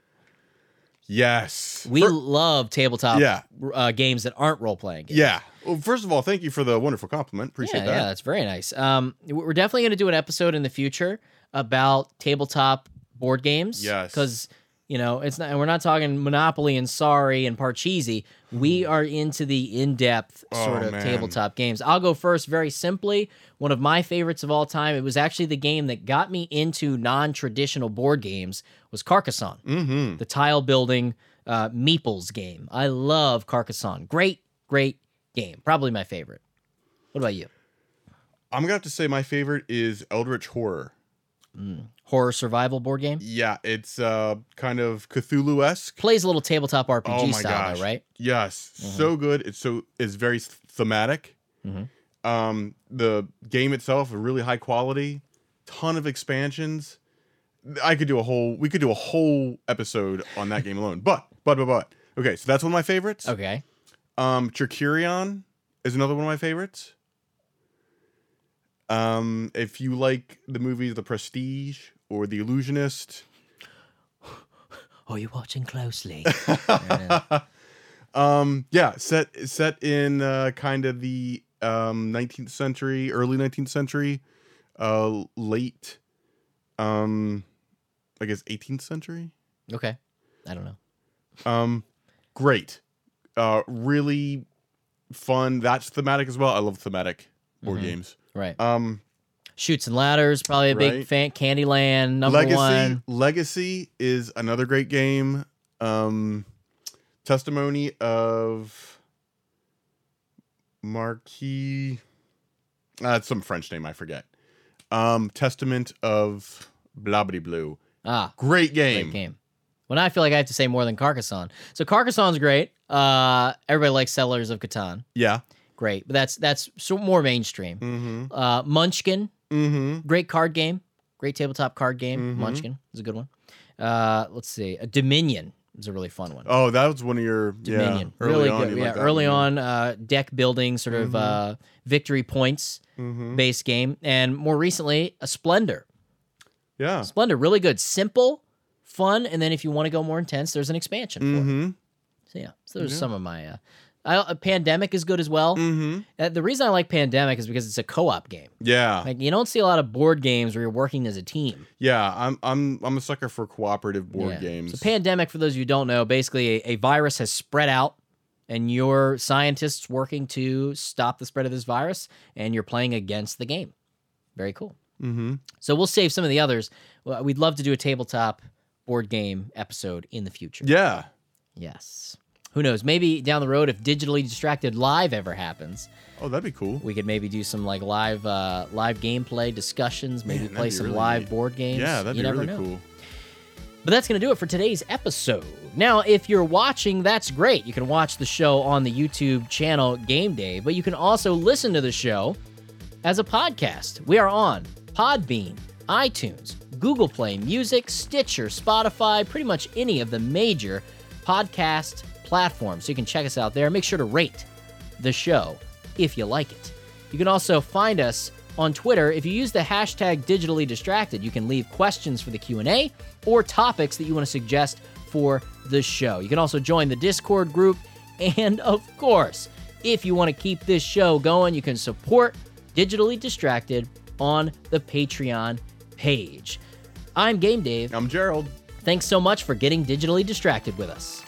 [SPEAKER 2] Yes.
[SPEAKER 1] We
[SPEAKER 2] Fir-
[SPEAKER 1] love tabletop
[SPEAKER 2] Yeah.
[SPEAKER 1] uh, games that aren't role-playing games.
[SPEAKER 2] yeah. Well, first of all, thank you for the wonderful compliment. Appreciate
[SPEAKER 1] yeah,
[SPEAKER 2] that.
[SPEAKER 1] Yeah, that's very nice. Um, w- we're definitely going to do an episode in the future about tabletop board games.
[SPEAKER 2] Yes.
[SPEAKER 1] because you know it's not. And we're not talking Monopoly and Sorry and Parcheesi. We are into the in-depth
[SPEAKER 2] Hmm. Oh,
[SPEAKER 1] sort of
[SPEAKER 2] man.
[SPEAKER 1] tabletop games. I'll go first. Very simply, one of my favorites of all time. It was actually the game that got me into non-traditional board games. Was Carcassonne
[SPEAKER 2] Mm-hmm.
[SPEAKER 1] the tile building uh, meeples game. I love Carcassonne. Great, great game. Probably my favorite. What about you?
[SPEAKER 2] I'm gonna have to say my favorite is Eldritch Horror.
[SPEAKER 1] Horror survival board game
[SPEAKER 2] Yeah, it's uh kind of Cthulhu esque.
[SPEAKER 1] plays a little tabletop RPG
[SPEAKER 2] Oh my
[SPEAKER 1] style, though,
[SPEAKER 2] gosh.
[SPEAKER 1] right?
[SPEAKER 2] Yes,
[SPEAKER 1] Mhm.
[SPEAKER 2] so good. It's so it's very th- thematic.
[SPEAKER 1] Mhm.
[SPEAKER 2] Um, the game itself is really high quality. Ton of expansions. I could do a whole. We could do a whole episode on that game alone. But but but but. Okay, so that's one of my favorites.
[SPEAKER 1] Okay,
[SPEAKER 2] Um, Tricurion is another one of my favorites. Um, if you like the movies The Prestige or The Illusionist,
[SPEAKER 1] are you watching
[SPEAKER 2] *laughs*
[SPEAKER 1] closely?
[SPEAKER 2] um, yeah, set set in uh, kind of the um, 19th century, early 19th century, uh, late, um, I guess 18th century.
[SPEAKER 1] okay, I don't know.
[SPEAKER 2] Um, great, uh, really fun. That's thematic as well. I love thematic board
[SPEAKER 1] Mhm.
[SPEAKER 2] games.
[SPEAKER 1] Right,
[SPEAKER 2] Um,
[SPEAKER 1] shoots and ladders, probably a big
[SPEAKER 2] Right.
[SPEAKER 1] fan. Candyland number
[SPEAKER 2] Legacy
[SPEAKER 1] one.
[SPEAKER 2] Legacy is another great game. Um testimony of Marquis uh, it's some French name I forget. Um Testament of blah blah blue.
[SPEAKER 1] Ah,
[SPEAKER 2] Great game.
[SPEAKER 1] great game. Well, now I feel like I have to say more than Carcassonne. So Carcassonne's great. Uh, everybody likes Settlers of Catan.
[SPEAKER 2] Yeah.
[SPEAKER 1] Great, but that's that's so more mainstream.
[SPEAKER 2] Mhm.
[SPEAKER 1] Uh, Munchkin,
[SPEAKER 2] Mhm.
[SPEAKER 1] great card game, great tabletop card game.
[SPEAKER 2] Mhm.
[SPEAKER 1] Munchkin is a good one. Uh, let's see, uh, Dominion is a really fun one.
[SPEAKER 2] Oh, that was one of your
[SPEAKER 1] Dominion,
[SPEAKER 2] Yeah,
[SPEAKER 1] really
[SPEAKER 2] on
[SPEAKER 1] good.
[SPEAKER 2] you
[SPEAKER 1] Yeah,
[SPEAKER 2] liked that
[SPEAKER 1] early on,
[SPEAKER 2] one,
[SPEAKER 1] uh, deck building, sort of
[SPEAKER 2] Mhm.
[SPEAKER 1] uh, victory points
[SPEAKER 2] yeah. Mhm.
[SPEAKER 1] based game, and more recently, a Splendor.
[SPEAKER 2] Yeah.
[SPEAKER 1] Splendor, really good, simple, fun, and then if you want to go more intense, there's an expansion. For it.
[SPEAKER 2] Mhm.
[SPEAKER 1] So yeah, so there's
[SPEAKER 2] Yeah.
[SPEAKER 1] some of my. Uh, I, uh, Pandemic is good as well.
[SPEAKER 2] Mhm.
[SPEAKER 1] Uh, the reason I like Pandemic is because it's a co-op game.
[SPEAKER 2] Yeah.
[SPEAKER 1] Like you don't see a lot of board games where you're working as a team.
[SPEAKER 2] Yeah, I'm I'm I'm a sucker for cooperative board
[SPEAKER 1] Yeah.
[SPEAKER 2] games.
[SPEAKER 1] So, pandemic, for those of you who don't know, basically a, a virus has spread out, and your scientists working to stop the spread of this virus, and you're playing against the game. Very cool.
[SPEAKER 2] mhm.
[SPEAKER 1] So we'll save some of the others. Well, We'd love to do a tabletop board game episode in the future.
[SPEAKER 2] Yeah.
[SPEAKER 1] Yes. Who knows? Maybe down the road, if digitally distracted live ever happens,
[SPEAKER 2] Oh, that'd be cool.
[SPEAKER 1] we could maybe do some like live, uh, live gameplay discussions. Maybe
[SPEAKER 2] Man, that'd
[SPEAKER 1] play
[SPEAKER 2] be
[SPEAKER 1] some
[SPEAKER 2] really
[SPEAKER 1] live
[SPEAKER 2] neat.
[SPEAKER 1] board games.
[SPEAKER 2] Yeah, that'd
[SPEAKER 1] You
[SPEAKER 2] be
[SPEAKER 1] never
[SPEAKER 2] really
[SPEAKER 1] know.
[SPEAKER 2] cool.
[SPEAKER 1] But that's going to do it for today's episode. Now, if you're watching, that's great. You can watch the show on the YouTube channel Game Day, but you can also listen to the show as a podcast. We are on Podbean, iTunes, Google Play Music, Stitcher, Spotify, pretty much any of the major podcast platforms. So you can check us out there. Make sure to rate the show if you like it. You can also find us on Twitter. If you use the hashtag digitally distracted, you can leave questions for the Q&A or topics that you want to suggest for the show. You can also join the Discord group and of course, if you want to keep this show going, you can support Digitally Distracted on the Patreon page. I'm Game Dave.
[SPEAKER 2] I'm Gerald.
[SPEAKER 1] Thanks so much for getting digitally distracted with us.